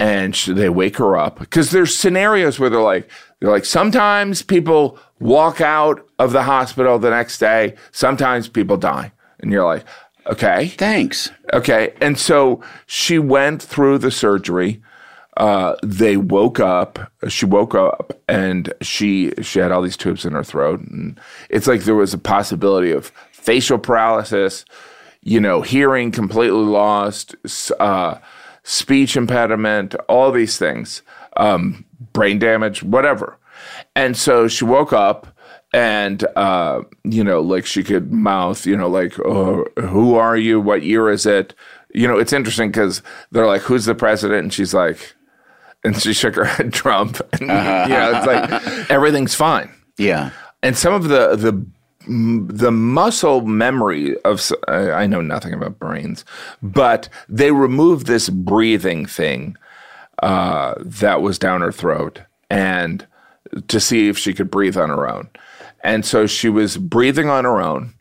S1: and sh they wake her up because there's scenarios where they're like, they're like, sometimes people walk out of the hospital the next day, sometimes people die. And you're like, okay.
S2: Thanks.
S1: Okay. And so she went through the surgery. Uh, they woke up. She woke up and she she had all these tubes in her throat. And it's like there was a possibility of facial paralysis, you know, hearing completely lost, s- uh, speech impediment, all these things, um, brain damage, whatever. And so she woke up and uh, you know, like she could mouth, you know, like, oh, "Who are you? What year is it?" You know, it's interesting because they're like, "Who's the president?" And she's like, and she shook her head, Trump. And, You know, it's like everything's fine.
S2: Yeah.
S1: And some of the the the muscle memory of s- I I know nothing about brains, but they removed this breathing thing uh, that was down her throat and to see if she could breathe on her own. And so she was breathing on her own,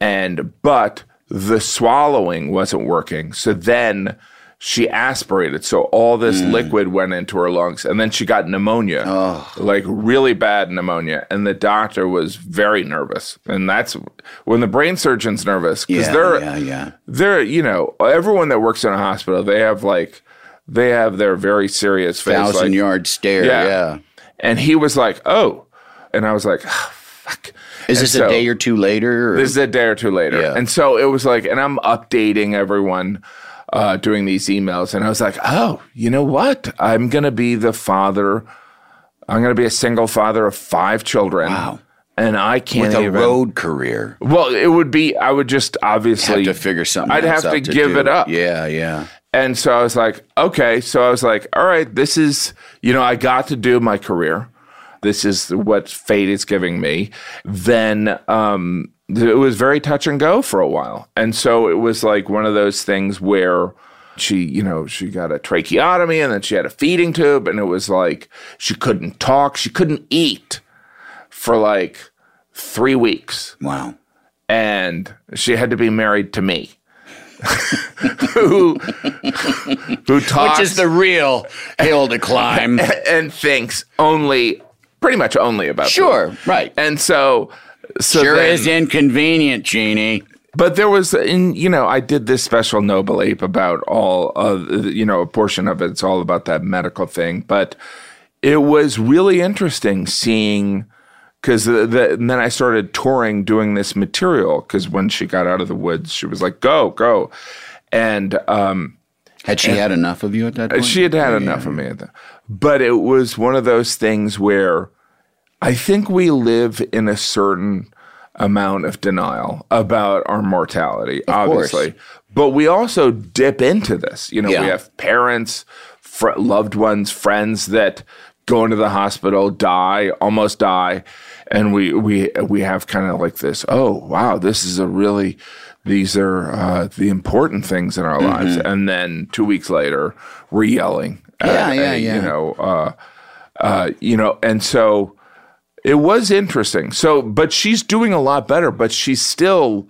S1: and but the swallowing wasn't working. So then she aspirated, so all this
S2: Mm.
S1: liquid went into her lungs, and then she got pneumonia, like really bad pneumonia. And the doctor was very nervous, and that's when the brain surgeon's nervous because
S2: Yeah,
S1: they're
S2: yeah, yeah.
S1: they're you know everyone that works in a hospital they have like they have their very serious face
S2: Thousand
S1: like-
S2: yard stare. Yeah.
S1: yeah. and he was like oh and i was like "Ah, fuck
S2: Is
S1: And
S2: this
S1: so-
S2: a day or two later? Or?
S1: this is a day or two later
S2: Yeah.
S1: and so it was like and i'm updating everyone uh, doing these emails and i was like oh you know what i'm gonna be the father i'm gonna be a single father of five children
S2: Wow.
S1: and i can't
S2: with a
S1: even
S2: road career.
S1: well it would be i would just
S2: Have
S1: obviously
S2: to figure something.
S1: i'd
S2: else
S1: have to
S2: out
S1: give
S2: do.
S1: it up
S2: Yeah, yeah.
S1: and so I was like, okay. So I was like, all right, this is, you know, I got to do my career. This is what fate is giving me. Then um, th- it was very touch and go for a while. And so it was like one of those things where she, you know, she got a tracheotomy and then she had a feeding tube. And it was like she couldn't talk, she couldn't eat for like three weeks
S2: Wow.
S1: and she had to be married to me. who who talks
S2: Which is the real hill to climb.
S1: and thinks only pretty much only about
S2: Sure,
S1: food.
S2: right.
S1: and so so
S2: sure
S1: then-
S2: is inconvenient, Jeannie.
S1: but there was in you know I did this special noble ape about all of you know a portion of it's all about that medical thing but it was really interesting seeing because the, the, and then I started touring doing this material because when she got out of the woods she was like go go and um
S2: Had she had enough of you at that point?
S1: she had had enough of me. at that. But it was one of those things where I think we live in a certain amount of denial about our mortality,
S2: course.
S1: obviously. But we also dip into this. You know,
S2: Yeah.
S1: we have parents, fr- loved ones, friends that go into the hospital, die, almost die, and we we we have kind of like this. Oh wow, this is a really these are uh, the important things in our lives.
S2: Mm-hmm.
S1: And then two weeks later, we're yelling.
S2: Yeah, yeah, yeah.
S1: You know, uh, uh, you know, and so it was interesting. So, but she's doing a lot better, but she's still,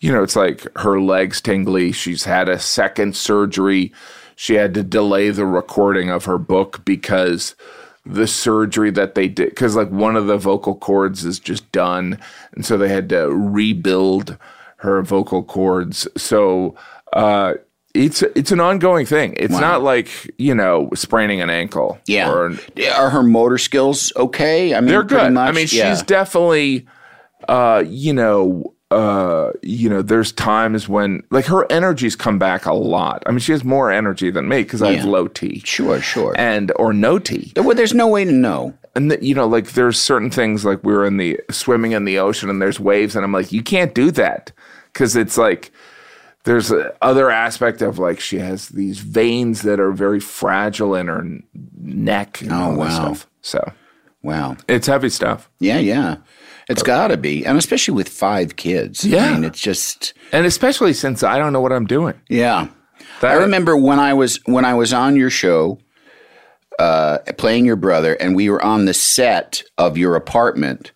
S1: you know, it's like her legs tingly. She's had a second surgery. She had to delay the recording of her book because the surgery that they did because like one of the vocal cords is just done, and so they had to rebuild her vocal cords. So uh, it's it's an ongoing thing. It's not like you know spraining an ankle.
S2: Yeah.
S1: or-
S2: Are her motor skills okay? I mean,
S1: they're
S2: pretty
S1: good.
S2: Much?
S1: I mean,
S2: Yeah.
S1: she's definitely, uh, you know, uh, you know, there's times when like her energy's come back a lot. I mean, she has more energy than me because I have
S2: Yeah.
S1: low T
S2: sure, sure.
S1: and or no T.
S2: well, there's no way to know.
S1: And that you know, like there's certain things like we were in the swimming in the ocean and there's waves, and I'm like, you can't do that because it's like there's a other aspect of like she has these veins that are very fragile in her n- neck. And
S2: Oh,
S1: all
S2: wow.
S1: This stuff. So
S2: Wow.
S1: it's heavy stuff.
S2: Yeah, yeah. It's got to be, and especially with five kids. I
S1: Yeah.
S2: mean, it's just
S1: And especially since I don't know what I'm doing.
S2: yeah.
S1: That-
S2: I remember when I was when I was on your show, uh, playing your brother, and we were on the set of your apartment,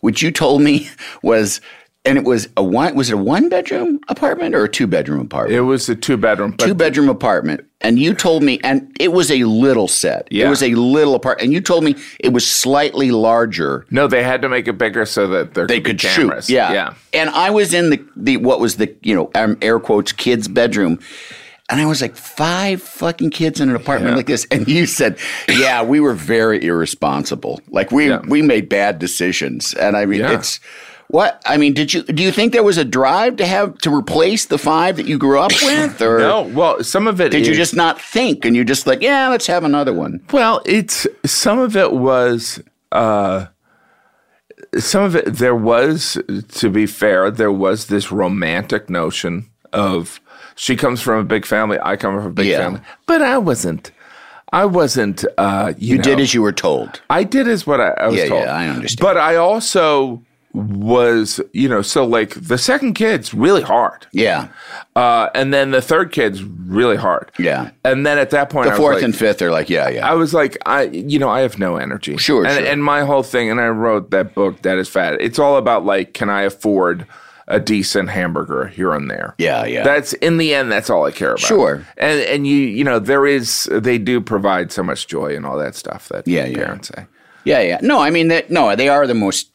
S2: which you told me was, and it was a one was it a one bedroom apartment or a two bedroom apartment?
S1: It was a two bedroom. But
S2: two bedroom apartment and you told me and it was a little set it
S1: Yeah.
S2: was a little apart and you told me it was slightly larger
S1: No, they had to make it bigger so that there
S2: they
S1: could,
S2: could
S1: be cameras.
S2: shoot yeah
S1: yeah.
S2: and i was in the, the what was the you know um, air quotes kids bedroom and i was like five fucking kids in an apartment
S1: Yeah.
S2: like this and you said yeah we were very irresponsible like we
S1: Yeah.
S2: we made bad decisions and i mean
S1: Yeah.
S2: it's what I mean, did you do you think there was a drive to have to replace the five that you grew up with? Or
S1: No, well, some of it
S2: did you
S1: is-
S2: just not think and you just like, yeah, let's have another one?
S1: Well, it's some of it was uh some of it there was to be fair, there was this romantic notion of she comes from a big family, I come from a big
S2: Yeah.
S1: family. But I wasn't I wasn't uh you,
S2: You
S1: know,
S2: did as you were told.
S1: I did as what I, I was
S2: Yeah,
S1: told.
S2: yeah, I understand.
S1: But I also was, you know, so like the second kid's really hard.
S2: Yeah,
S1: Uh, and then the third kid's really hard.
S2: Yeah.
S1: And then at that point, I
S2: the
S1: was
S2: fourth
S1: like-
S2: and fifth are like, yeah,
S1: I
S2: yeah,
S1: was like, I, you know, I have no energy.
S2: Sure,
S1: and,
S2: sure.
S1: And my whole thing, and I wrote that book, That Is Fat. It's all about like, can I afford a decent hamburger here and there?
S2: Yeah, yeah.
S1: That's in the end, that's all I care about.
S2: Sure.
S1: And and you, you know, there is they do provide so much joy and all that stuff that
S2: Yeah, yeah.
S1: parents say.
S2: yeah, yeah. No, I mean that. No, they are the most.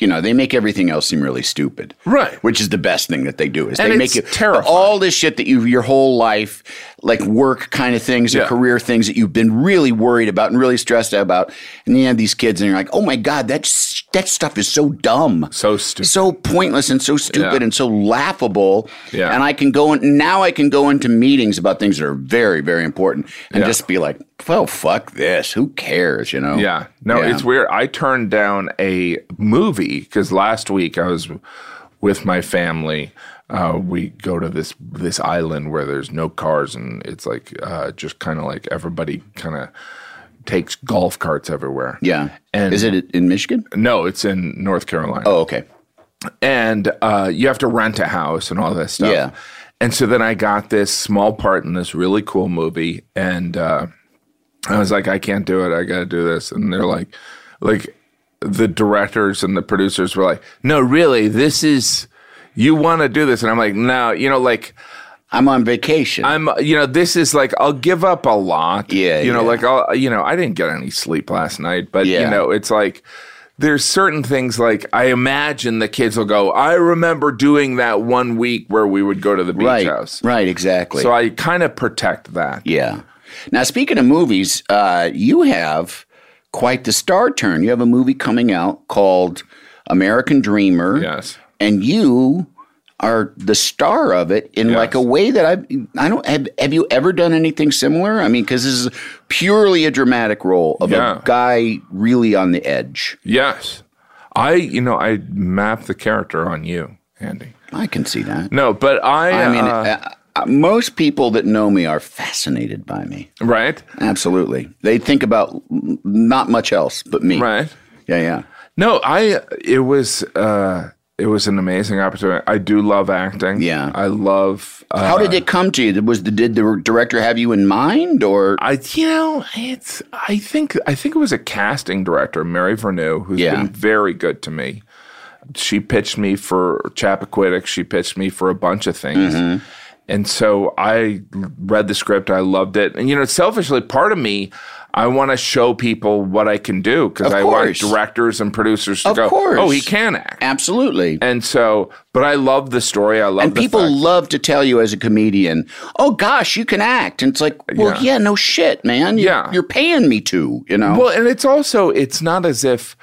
S2: You know, they make everything else seem really stupid.
S1: Right.
S2: Which is the best thing that they do is
S1: And
S2: they
S1: it's
S2: make you
S1: terrifying.
S2: all this shit that you your whole life, like work kind of things or
S1: Yeah.
S2: career things that you've been really worried about and really stressed out about, and you have these kids and you're like, oh my god, that's that stuff is so dumb.
S1: So stupid.
S2: so pointless and so stupid
S1: Yeah.
S2: and so laughable.
S1: Yeah.
S2: And I can go in now I can go into meetings about things that are very, very important and
S1: Yeah.
S2: just be like, well, fuck this. Who cares? You know?
S1: Yeah. No,
S2: Yeah.
S1: it's weird. I turned down a movie because last week I was with my family. Uh, we go to this this island where there's no cars and it's like uh, just kind of like everybody kind of takes golf carts everywhere.
S2: Yeah.
S1: And
S2: is it in Michigan?
S1: No, it's in North Carolina
S2: Oh, okay.
S1: and uh, you have to rent a house and all this stuff.
S2: Yeah.
S1: And so then I got this small part in this really cool movie, and uh, I was like, I can't do it. I got to do this. And they're like, like the directors and the producers were like, No, really, this is you want to do this, and I'm like, No, you know, like
S2: I'm on vacation.
S1: I'm, you know, this is like I'll give up a lot.
S2: Yeah,
S1: you know,
S2: yeah.
S1: like I'll, you know, I didn't get any sleep last night, but
S2: Yeah.
S1: you know, it's like there's certain things like I imagine the kids will go. I remember doing that one week where we would go to the beach
S2: right.
S1: house.
S2: Right, exactly.
S1: So I kind of protect that.
S2: yeah. Now speaking of movies, uh, you have quite the star turn. You have a movie coming out called American Dreamer.
S1: Yes.
S2: and you are the star of it in
S1: Yes.
S2: like a way that I I don't have have you ever done anything similar? I mean, because this is purely a dramatic role of
S1: Yeah.
S2: a guy really on the edge.
S1: Yes. I, you know, I mapped the character on you, Andy.
S2: I can see that.
S1: No, but I.
S2: I mean,
S1: uh,
S2: uh, uh, most people that know me are fascinated by me.
S1: right,
S2: Absolutely, they think about n- not much else but me.
S1: right.
S2: Yeah, yeah.
S1: No, I it was uh it was an amazing opportunity. I do love acting.
S2: Yeah.
S1: I love uh,
S2: How did it come to you? Was the did the director have you in mind, or
S1: I you know, it's I think I think it was a casting director, Mary Verneau, who's
S2: Yeah.
S1: been very good to me.
S2: Mm-hmm.
S1: She pitched me for Chappaquiddick, she pitched me for a bunch of things. And so I read the script, I loved it. And, you know, selfishly, part of me, I want to show people what I can do because
S2: Of
S1: I want
S2: course.
S1: directors and producers to
S2: Of
S1: go,
S2: course.
S1: oh, he can act.
S2: Absolutely.
S1: And so, but I love the story. I love
S2: and
S1: the
S2: people
S1: fact-
S2: love to tell you as a comedian, "Oh gosh, you can act," and it's like, "Well,
S1: Yeah.
S2: yeah, no shit, man. You,
S1: Yeah.
S2: you're paying me to, you know."
S1: Well, and it's also it's not as if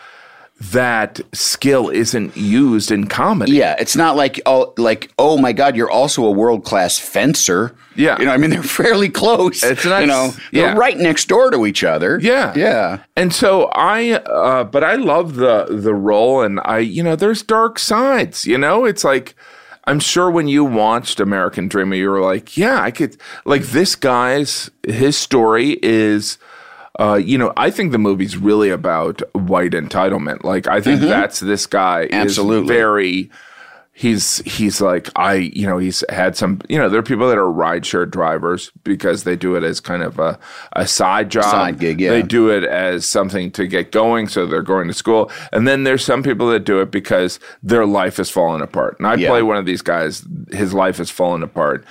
S1: that skill isn't used in comedy.
S2: yeah, it's not like oh, like oh my god, you're also a world class fencer.
S1: Yeah.
S2: you know, I mean, they're fairly close.
S1: It's
S2: you
S1: nice.
S2: know,
S1: Yeah.
S2: they're right next door to each other.
S1: Yeah.
S2: yeah.
S1: And so I uh but I love the the role and I you know there's dark sides, you know? It's like I'm sure when you watched American Dreamer you were like, yeah, I could like this guy's his story is uh, you know, I think the movie's really about white entitlement. Like, I think that's this guy is
S2: Mm-hmm. Absolutely.
S1: very he's he's like I you know he's had some you know there are people that are rideshare drivers because they do it as kind of a a side job
S2: Side gig, yeah.
S1: they do it as something to get going so they're going to school and then there's some people that do it because their life is falling apart and I
S2: Yeah.
S1: play one of these guys his life is falling apart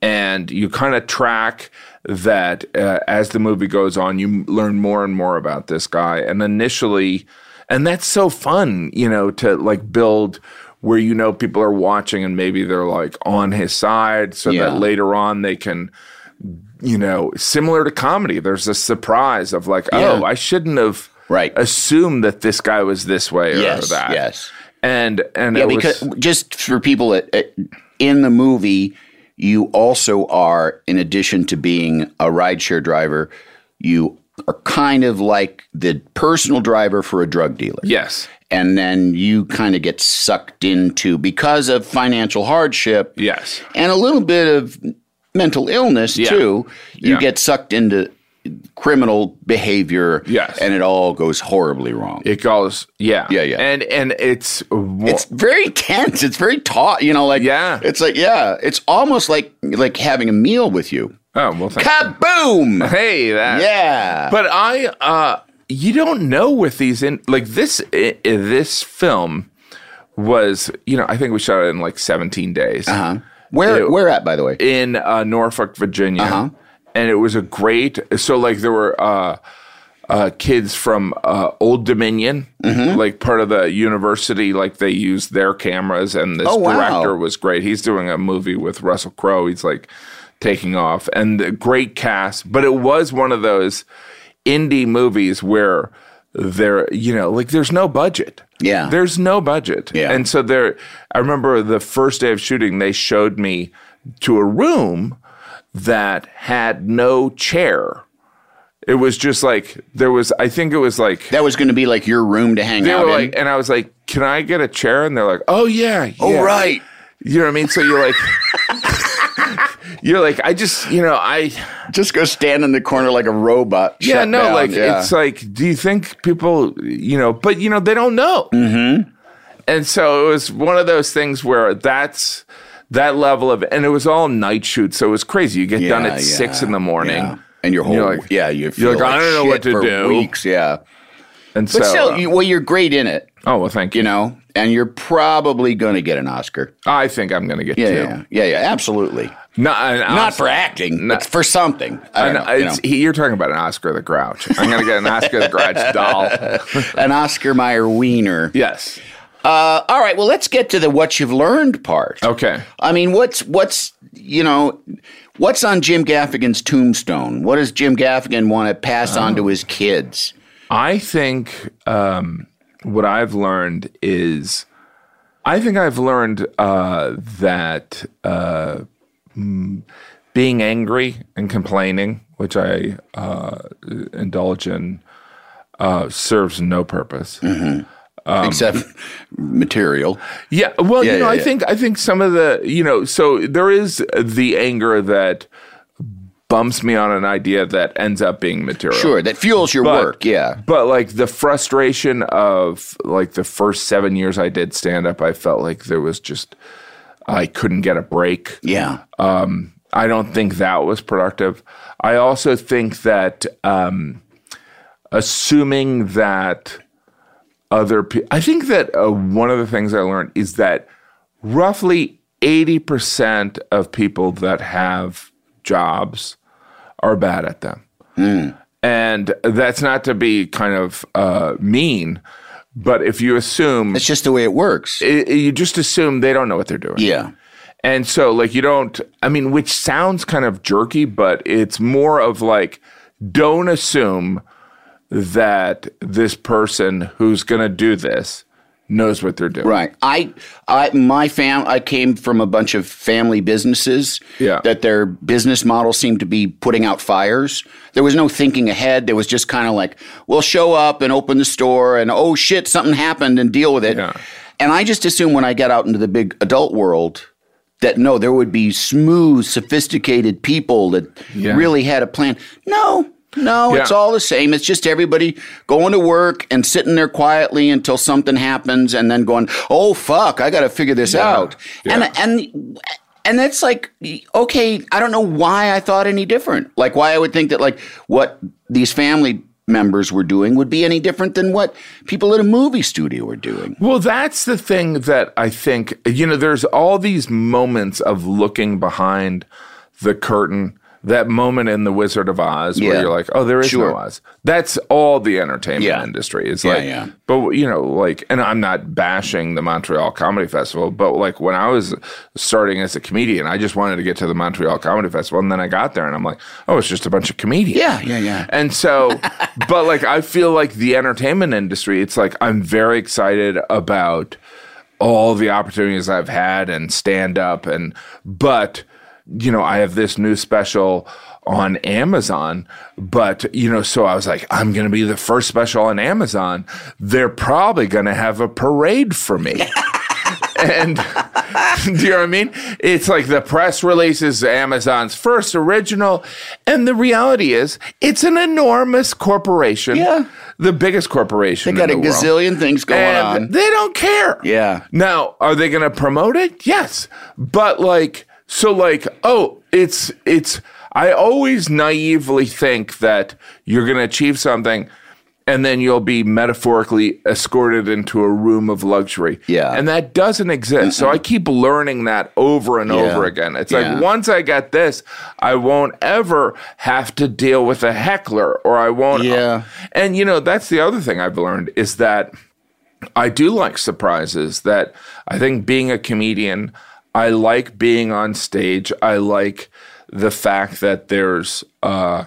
S1: and you kind of track that uh, as the movie goes on you learn more and more about this guy and initially and that's so fun you know to like build where you know people are watching and maybe they're like on his side so
S2: Yeah.
S1: that later on they can you know similar to comedy there's a surprise of like oh
S2: Yeah.
S1: i shouldn't have
S2: Right.
S1: assumed that this guy was this way or
S2: Yes,
S1: that
S2: yes.
S1: and and
S2: Yeah,
S1: it
S2: because
S1: was,
S2: just for people that- uh, in the movie, you also are, in addition to being a rideshare driver, you are kind of like the personal driver for a drug dealer.
S1: yes
S2: And then you kind of get sucked into, because of financial hardship
S1: yes
S2: and a little bit of mental illness
S1: Yeah.
S2: too, you
S1: Yeah.
S2: get sucked into criminal behavior.
S1: Yes.
S2: And it all goes horribly wrong.
S1: it goes yeah
S2: Yeah, yeah.
S1: and and it's
S2: it's very tense. It's very taut. You know, like
S1: Yeah.
S2: It's like yeah. It's almost like like having a meal with you.
S1: oh well thank
S2: Kaboom!
S1: hey that
S2: yeah.
S1: But I, uh, you don't know with these in like this. i i- this film was, you know, I think we shot it in like 17 days
S2: Uh-huh. where
S1: Ew.
S2: where at by the way?
S1: in uh, Norfolk, Virginia,
S2: Uh-huh.
S1: and it was a great. So like there were. Uh, uh, kids from uh, Old Dominion,
S2: Mm-hmm.
S1: like part of the university, like they used their cameras, and this
S2: Oh, wow.
S1: director was great. He's doing a movie with Russell Crowe. He's like taking off, and the great cast. But it was one of those indie movies where there, you know, like there's no budget.
S2: Yeah.
S1: there's no budget.
S2: Yeah.
S1: and so there. I remember the first day of shooting, they showed me to a room that had no chair. It was just like there was. I think it was like
S2: That was going to be like your room to hang
S1: they
S2: out
S1: were
S2: in.
S1: like, and I was like, "Can I get a chair?" And they're like, "Oh yeah,
S2: oh
S1: yeah."
S2: right.
S1: You know what I mean? So you're like, you're like, I just, you know, I
S2: Just go stand in the corner like a robot.
S1: yeah,
S2: Shut
S1: no,
S2: down.
S1: like
S2: Yeah.
S1: it's like, do you think people, you know, but you know, they don't know. Mm-hmm. And so it was one of those things where that's that level of, and it was all night shoot, so it was crazy. You get done
S2: Yeah,
S1: at six
S2: yeah,
S1: in the morning,
S2: yeah. And your whole
S1: You're like-
S2: yeah, you
S1: you're
S2: feel
S1: like, I don't know
S2: shit
S1: what to
S2: for
S1: do.
S2: Weeks, yeah.
S1: and so,
S2: But still,
S1: uh,
S2: you, well, you're great in it,
S1: oh well, thank you.
S2: you know, and you're probably going to get an Oscar.
S1: I think I'm gonna get
S2: Yeah,
S1: two.
S2: yeah, yeah, yeah, absolutely.
S1: No, and
S2: Not
S1: Oscar-
S2: for acting,
S1: No.
S2: but for something. I don't
S1: and
S2: know, you
S1: it's-
S2: know.
S1: he- you're talking about an Oscar the Grouch. I'm gonna get an Oscar the Grouch doll.
S2: An Oscar Mayer wiener.
S1: yes.
S2: Uh, all right. Well, let's get to the what you've learned part.
S1: Okay.
S2: I mean, what's what's you know, what's on Jim Gaffigan's tombstone? What does Jim Gaffigan want to pass on
S1: Oh.
S2: to his kids?
S1: I think um, what I've learned is, I think I've learned uh, that uh, mm, being angry and complaining, which I uh, indulge in, uh, serves no purpose.
S2: Mm.
S1: Um,
S2: Except material.
S1: Yeah, well,
S2: Yeah,
S1: you know,
S2: yeah,
S1: I
S2: yeah.
S1: think I think some of the you know, so there is the anger that bumps me on an idea that ends up being material.
S2: Sure, that fuels your
S1: But-
S2: work. Yeah.
S1: But like the frustration of like the first seven years I did stand up, I felt like there was just I couldn't get a break.
S2: Yeah.
S1: Um, I don't think that was productive. I also think that um, assuming that other people, I think that uh, one of the things I learned is that roughly 80% of people that have jobs are bad at them. And that's not to be kind of uh, mean, but if you assume,
S2: It's just the way it works.
S1: i you just assume they don't know what they're doing.
S2: yeah.
S1: And so, like, you don't, I mean, which sounds kind of jerky, but it's more of like, don't assume that this person who's going to do this knows what they're doing.
S2: Right. I, I, my fam, I came from a bunch of family businesses.
S1: Yeah.
S2: That their business model seemed to be putting out fires. There was no thinking ahead. There was just kind of like, we'll show up and open the store, and oh shit, something happened, and deal with it.
S1: Yeah.
S2: And I just assumed when I got out into the big adult world that no, there would be smooth, sophisticated people that
S1: Yeah.
S2: really had a plan. No. No,
S1: Yeah.
S2: Oh, it's all the same. It's just everybody going to work and sitting there quietly until something happens and then going, "Oh fuck, I got to figure this out."
S1: Yeah.
S2: And and and that's like okay, I don't know why I thought any different. Like why I would think that like what these family members were doing would be any different than what people at a movie studio were doing.
S1: Well, that's the thing that I think, you know, there's all these moments of looking behind the curtain. That moment in The Wizard of Oz where
S2: Yeah.
S1: you're like, oh, there is
S2: Sure.
S1: no Oz. That's all the entertainment
S2: Yeah.
S1: industry. It's
S2: Yeah,
S1: like,
S2: yeah.
S1: but you know, like, and I'm not bashing the Montreal Comedy Festival, but like when I was starting as a comedian, I just wanted to get to the Montreal Comedy Festival. And then I got there and I'm like, oh, it's just a bunch of comedians.
S2: Yeah, yeah, yeah.
S1: And so, but like, I feel like the entertainment industry, it's like I'm very excited about all the opportunities I've had and stand up. And, but, you know, I have this new special on Amazon, but, you know, so I was like, I'm going to be the first special on Amazon. They're probably going to have a parade for me. and do you know what I mean? It's like the press releases Amazon's first original, and the reality is it's an enormous corporation.
S2: Yeah.
S1: the biggest corporation.
S2: They got a
S1: in the world.
S2: gazillion things going
S1: And
S2: on.
S1: They don't care.
S2: Yeah.
S1: Now, are they going to promote it? Yes, but like, so like, oh, it's it's. I always naively think that you're going to achieve something. And then you'll be metaphorically escorted into a room of luxury.
S2: Yeah.
S1: And that doesn't exist. So I keep learning that over and over again. It's
S2: Yeah.
S1: like once I get this, I won't ever have to deal with a heckler or I won't.
S2: Yeah.
S1: And you know, that's the other thing I've learned is that I do like surprises that I think being a comedian, I like being on stage. I like the fact that there's uh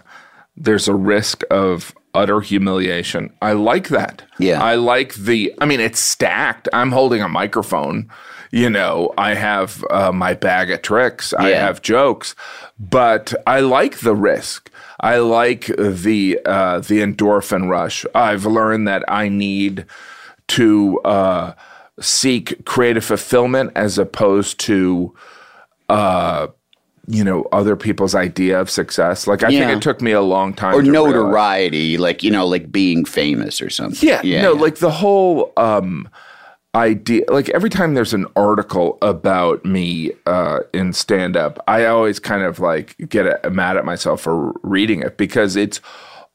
S1: there's a risk of utter humiliation. I like that.
S2: Yeah.
S1: I like the I mean it's stacked. I'm holding a microphone. You know, I have uh, my bag of tricks. I
S2: Yeah.
S1: have jokes, but I like the risk. I like the uh, the endorphin rush. I've learned that I need to uh, seek creative fulfillment as opposed to uh, you know other people's idea of success. Like I
S2: Yeah.
S1: think it took me a long time
S2: Or
S1: to realize-
S2: notoriety, like you know, like being famous or something.
S1: yeah, no, like the whole um idea like every time there's an article about me uh in stand up, I always kind of like get uh mad at myself for reading it because it's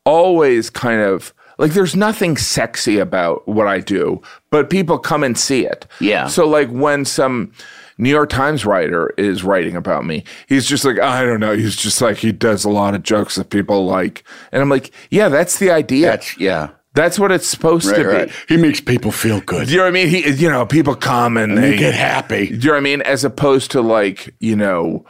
S1: always kind of like there's nothing sexy about what I do, but people come and see it.
S2: Yeah.
S1: So like when some New York Times writer is writing about me. He's just like, I don't know. He's just like, he does a lot of jokes that people like. And I'm like, yeah, that's the idea.
S2: that's yeah.
S1: That's what it's supposed to
S2: Right,
S1: be.
S2: right.
S3: He makes people feel good.
S1: Do you know what I mean? He, you know, people come and,
S3: They
S1: they
S3: get
S1: Do
S3: happy.
S1: you know what I mean? As opposed to like, you know,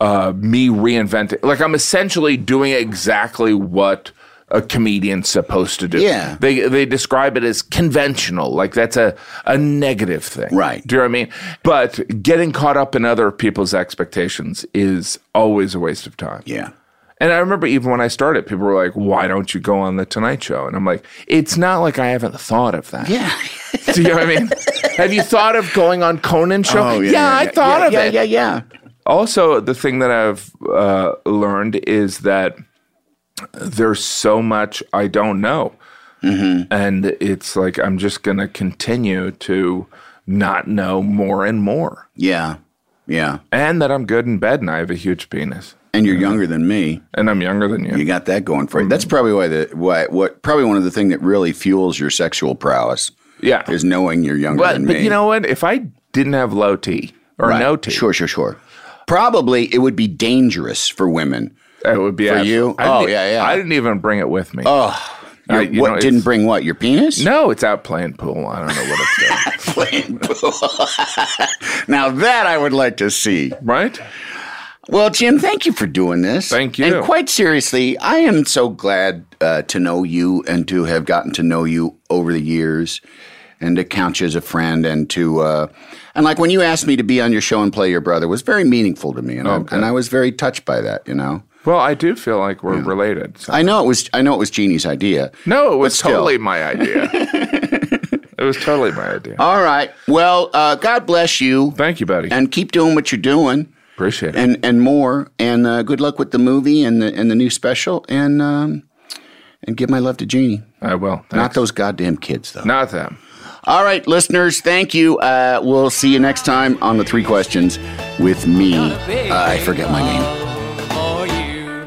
S1: uh, me reinventing. Like I'm essentially doing exactly what a comedian's supposed to do.
S2: Yeah.
S1: They they describe it as conventional. Like that's a a negative thing.
S2: Right.
S1: Do you know what I mean? But getting caught up in other people's expectations is always a waste of time.
S2: Yeah.
S1: And I remember even when I started, people were like, "Why don't you go on the Tonight Show?" And I'm like, "It's not like I haven't thought of that."
S2: Yeah.
S1: Do you know what I mean? Have you thought of going on Conan show?
S2: Oh,
S1: yeah, I thought
S2: yeah,
S1: of
S2: yeah,
S1: it.
S2: Yeah, yeah,
S1: Also, the thing that I've uh, learned is that there's so much I don't know,
S2: Mm-hmm.
S1: and it's like I'm just going to continue to not know more and more,
S2: yeah, yeah.
S1: and that I'm good in bed and I have a huge penis,
S2: And you're younger than me.
S1: and I'm younger than you.
S2: You got that going for you.
S1: Mm-hmm.
S2: That's probably why the why what probably one of the thing that really fuels your sexual prowess
S1: yeah,
S2: is knowing you're younger
S1: but,
S2: than
S1: but
S2: me.
S1: you know what? If I didn't have low T, or
S2: Right.
S1: no tea.
S2: Sure, sure, sure. Probably it would be dangerous for women.
S1: It would be
S2: For
S1: abs-
S2: you?
S1: I didn't-
S2: Oh, yeah, yeah.
S1: I didn't even bring it with me.
S2: Oh,
S1: I-
S2: your-
S1: Uh, you
S2: what
S1: know,
S2: didn't
S1: it's-
S2: bring what your penis?
S1: No, it's out playing pool. I don't know what it's doing.
S2: Playing pool. now that I would like to see.
S1: right?
S2: Well, Jim, thank you for doing this.
S1: Thank you.
S2: And quite seriously, I am so glad uh, to know you and to have gotten to know you over the years and to count you as a friend and to uh, and like when you asked me to be on your show and play your brother was very meaningful to me and, I, and I was very touched by that, you know.
S1: Well, I do feel like we're
S2: Hmm.
S1: related. so-
S2: I know it was I know it was Jeannie's idea.
S1: no, it was
S2: still.
S1: totally my idea. it was totally my idea.
S2: All right. Well, uh, God bless you
S1: Thank you, buddy.
S2: and keep doing what you're doing.
S1: Appreciate it.
S2: and and more. And uh, good luck with the movie and the and the new special. And um, and give my love to Jeannie.
S1: I will. Thanks.
S2: Not those goddamn kids though.
S1: Not them.
S2: All right, listeners, thank you. Uh, we'll see you next time on the three questions with me. Uh, I forget my name.
S6: for you.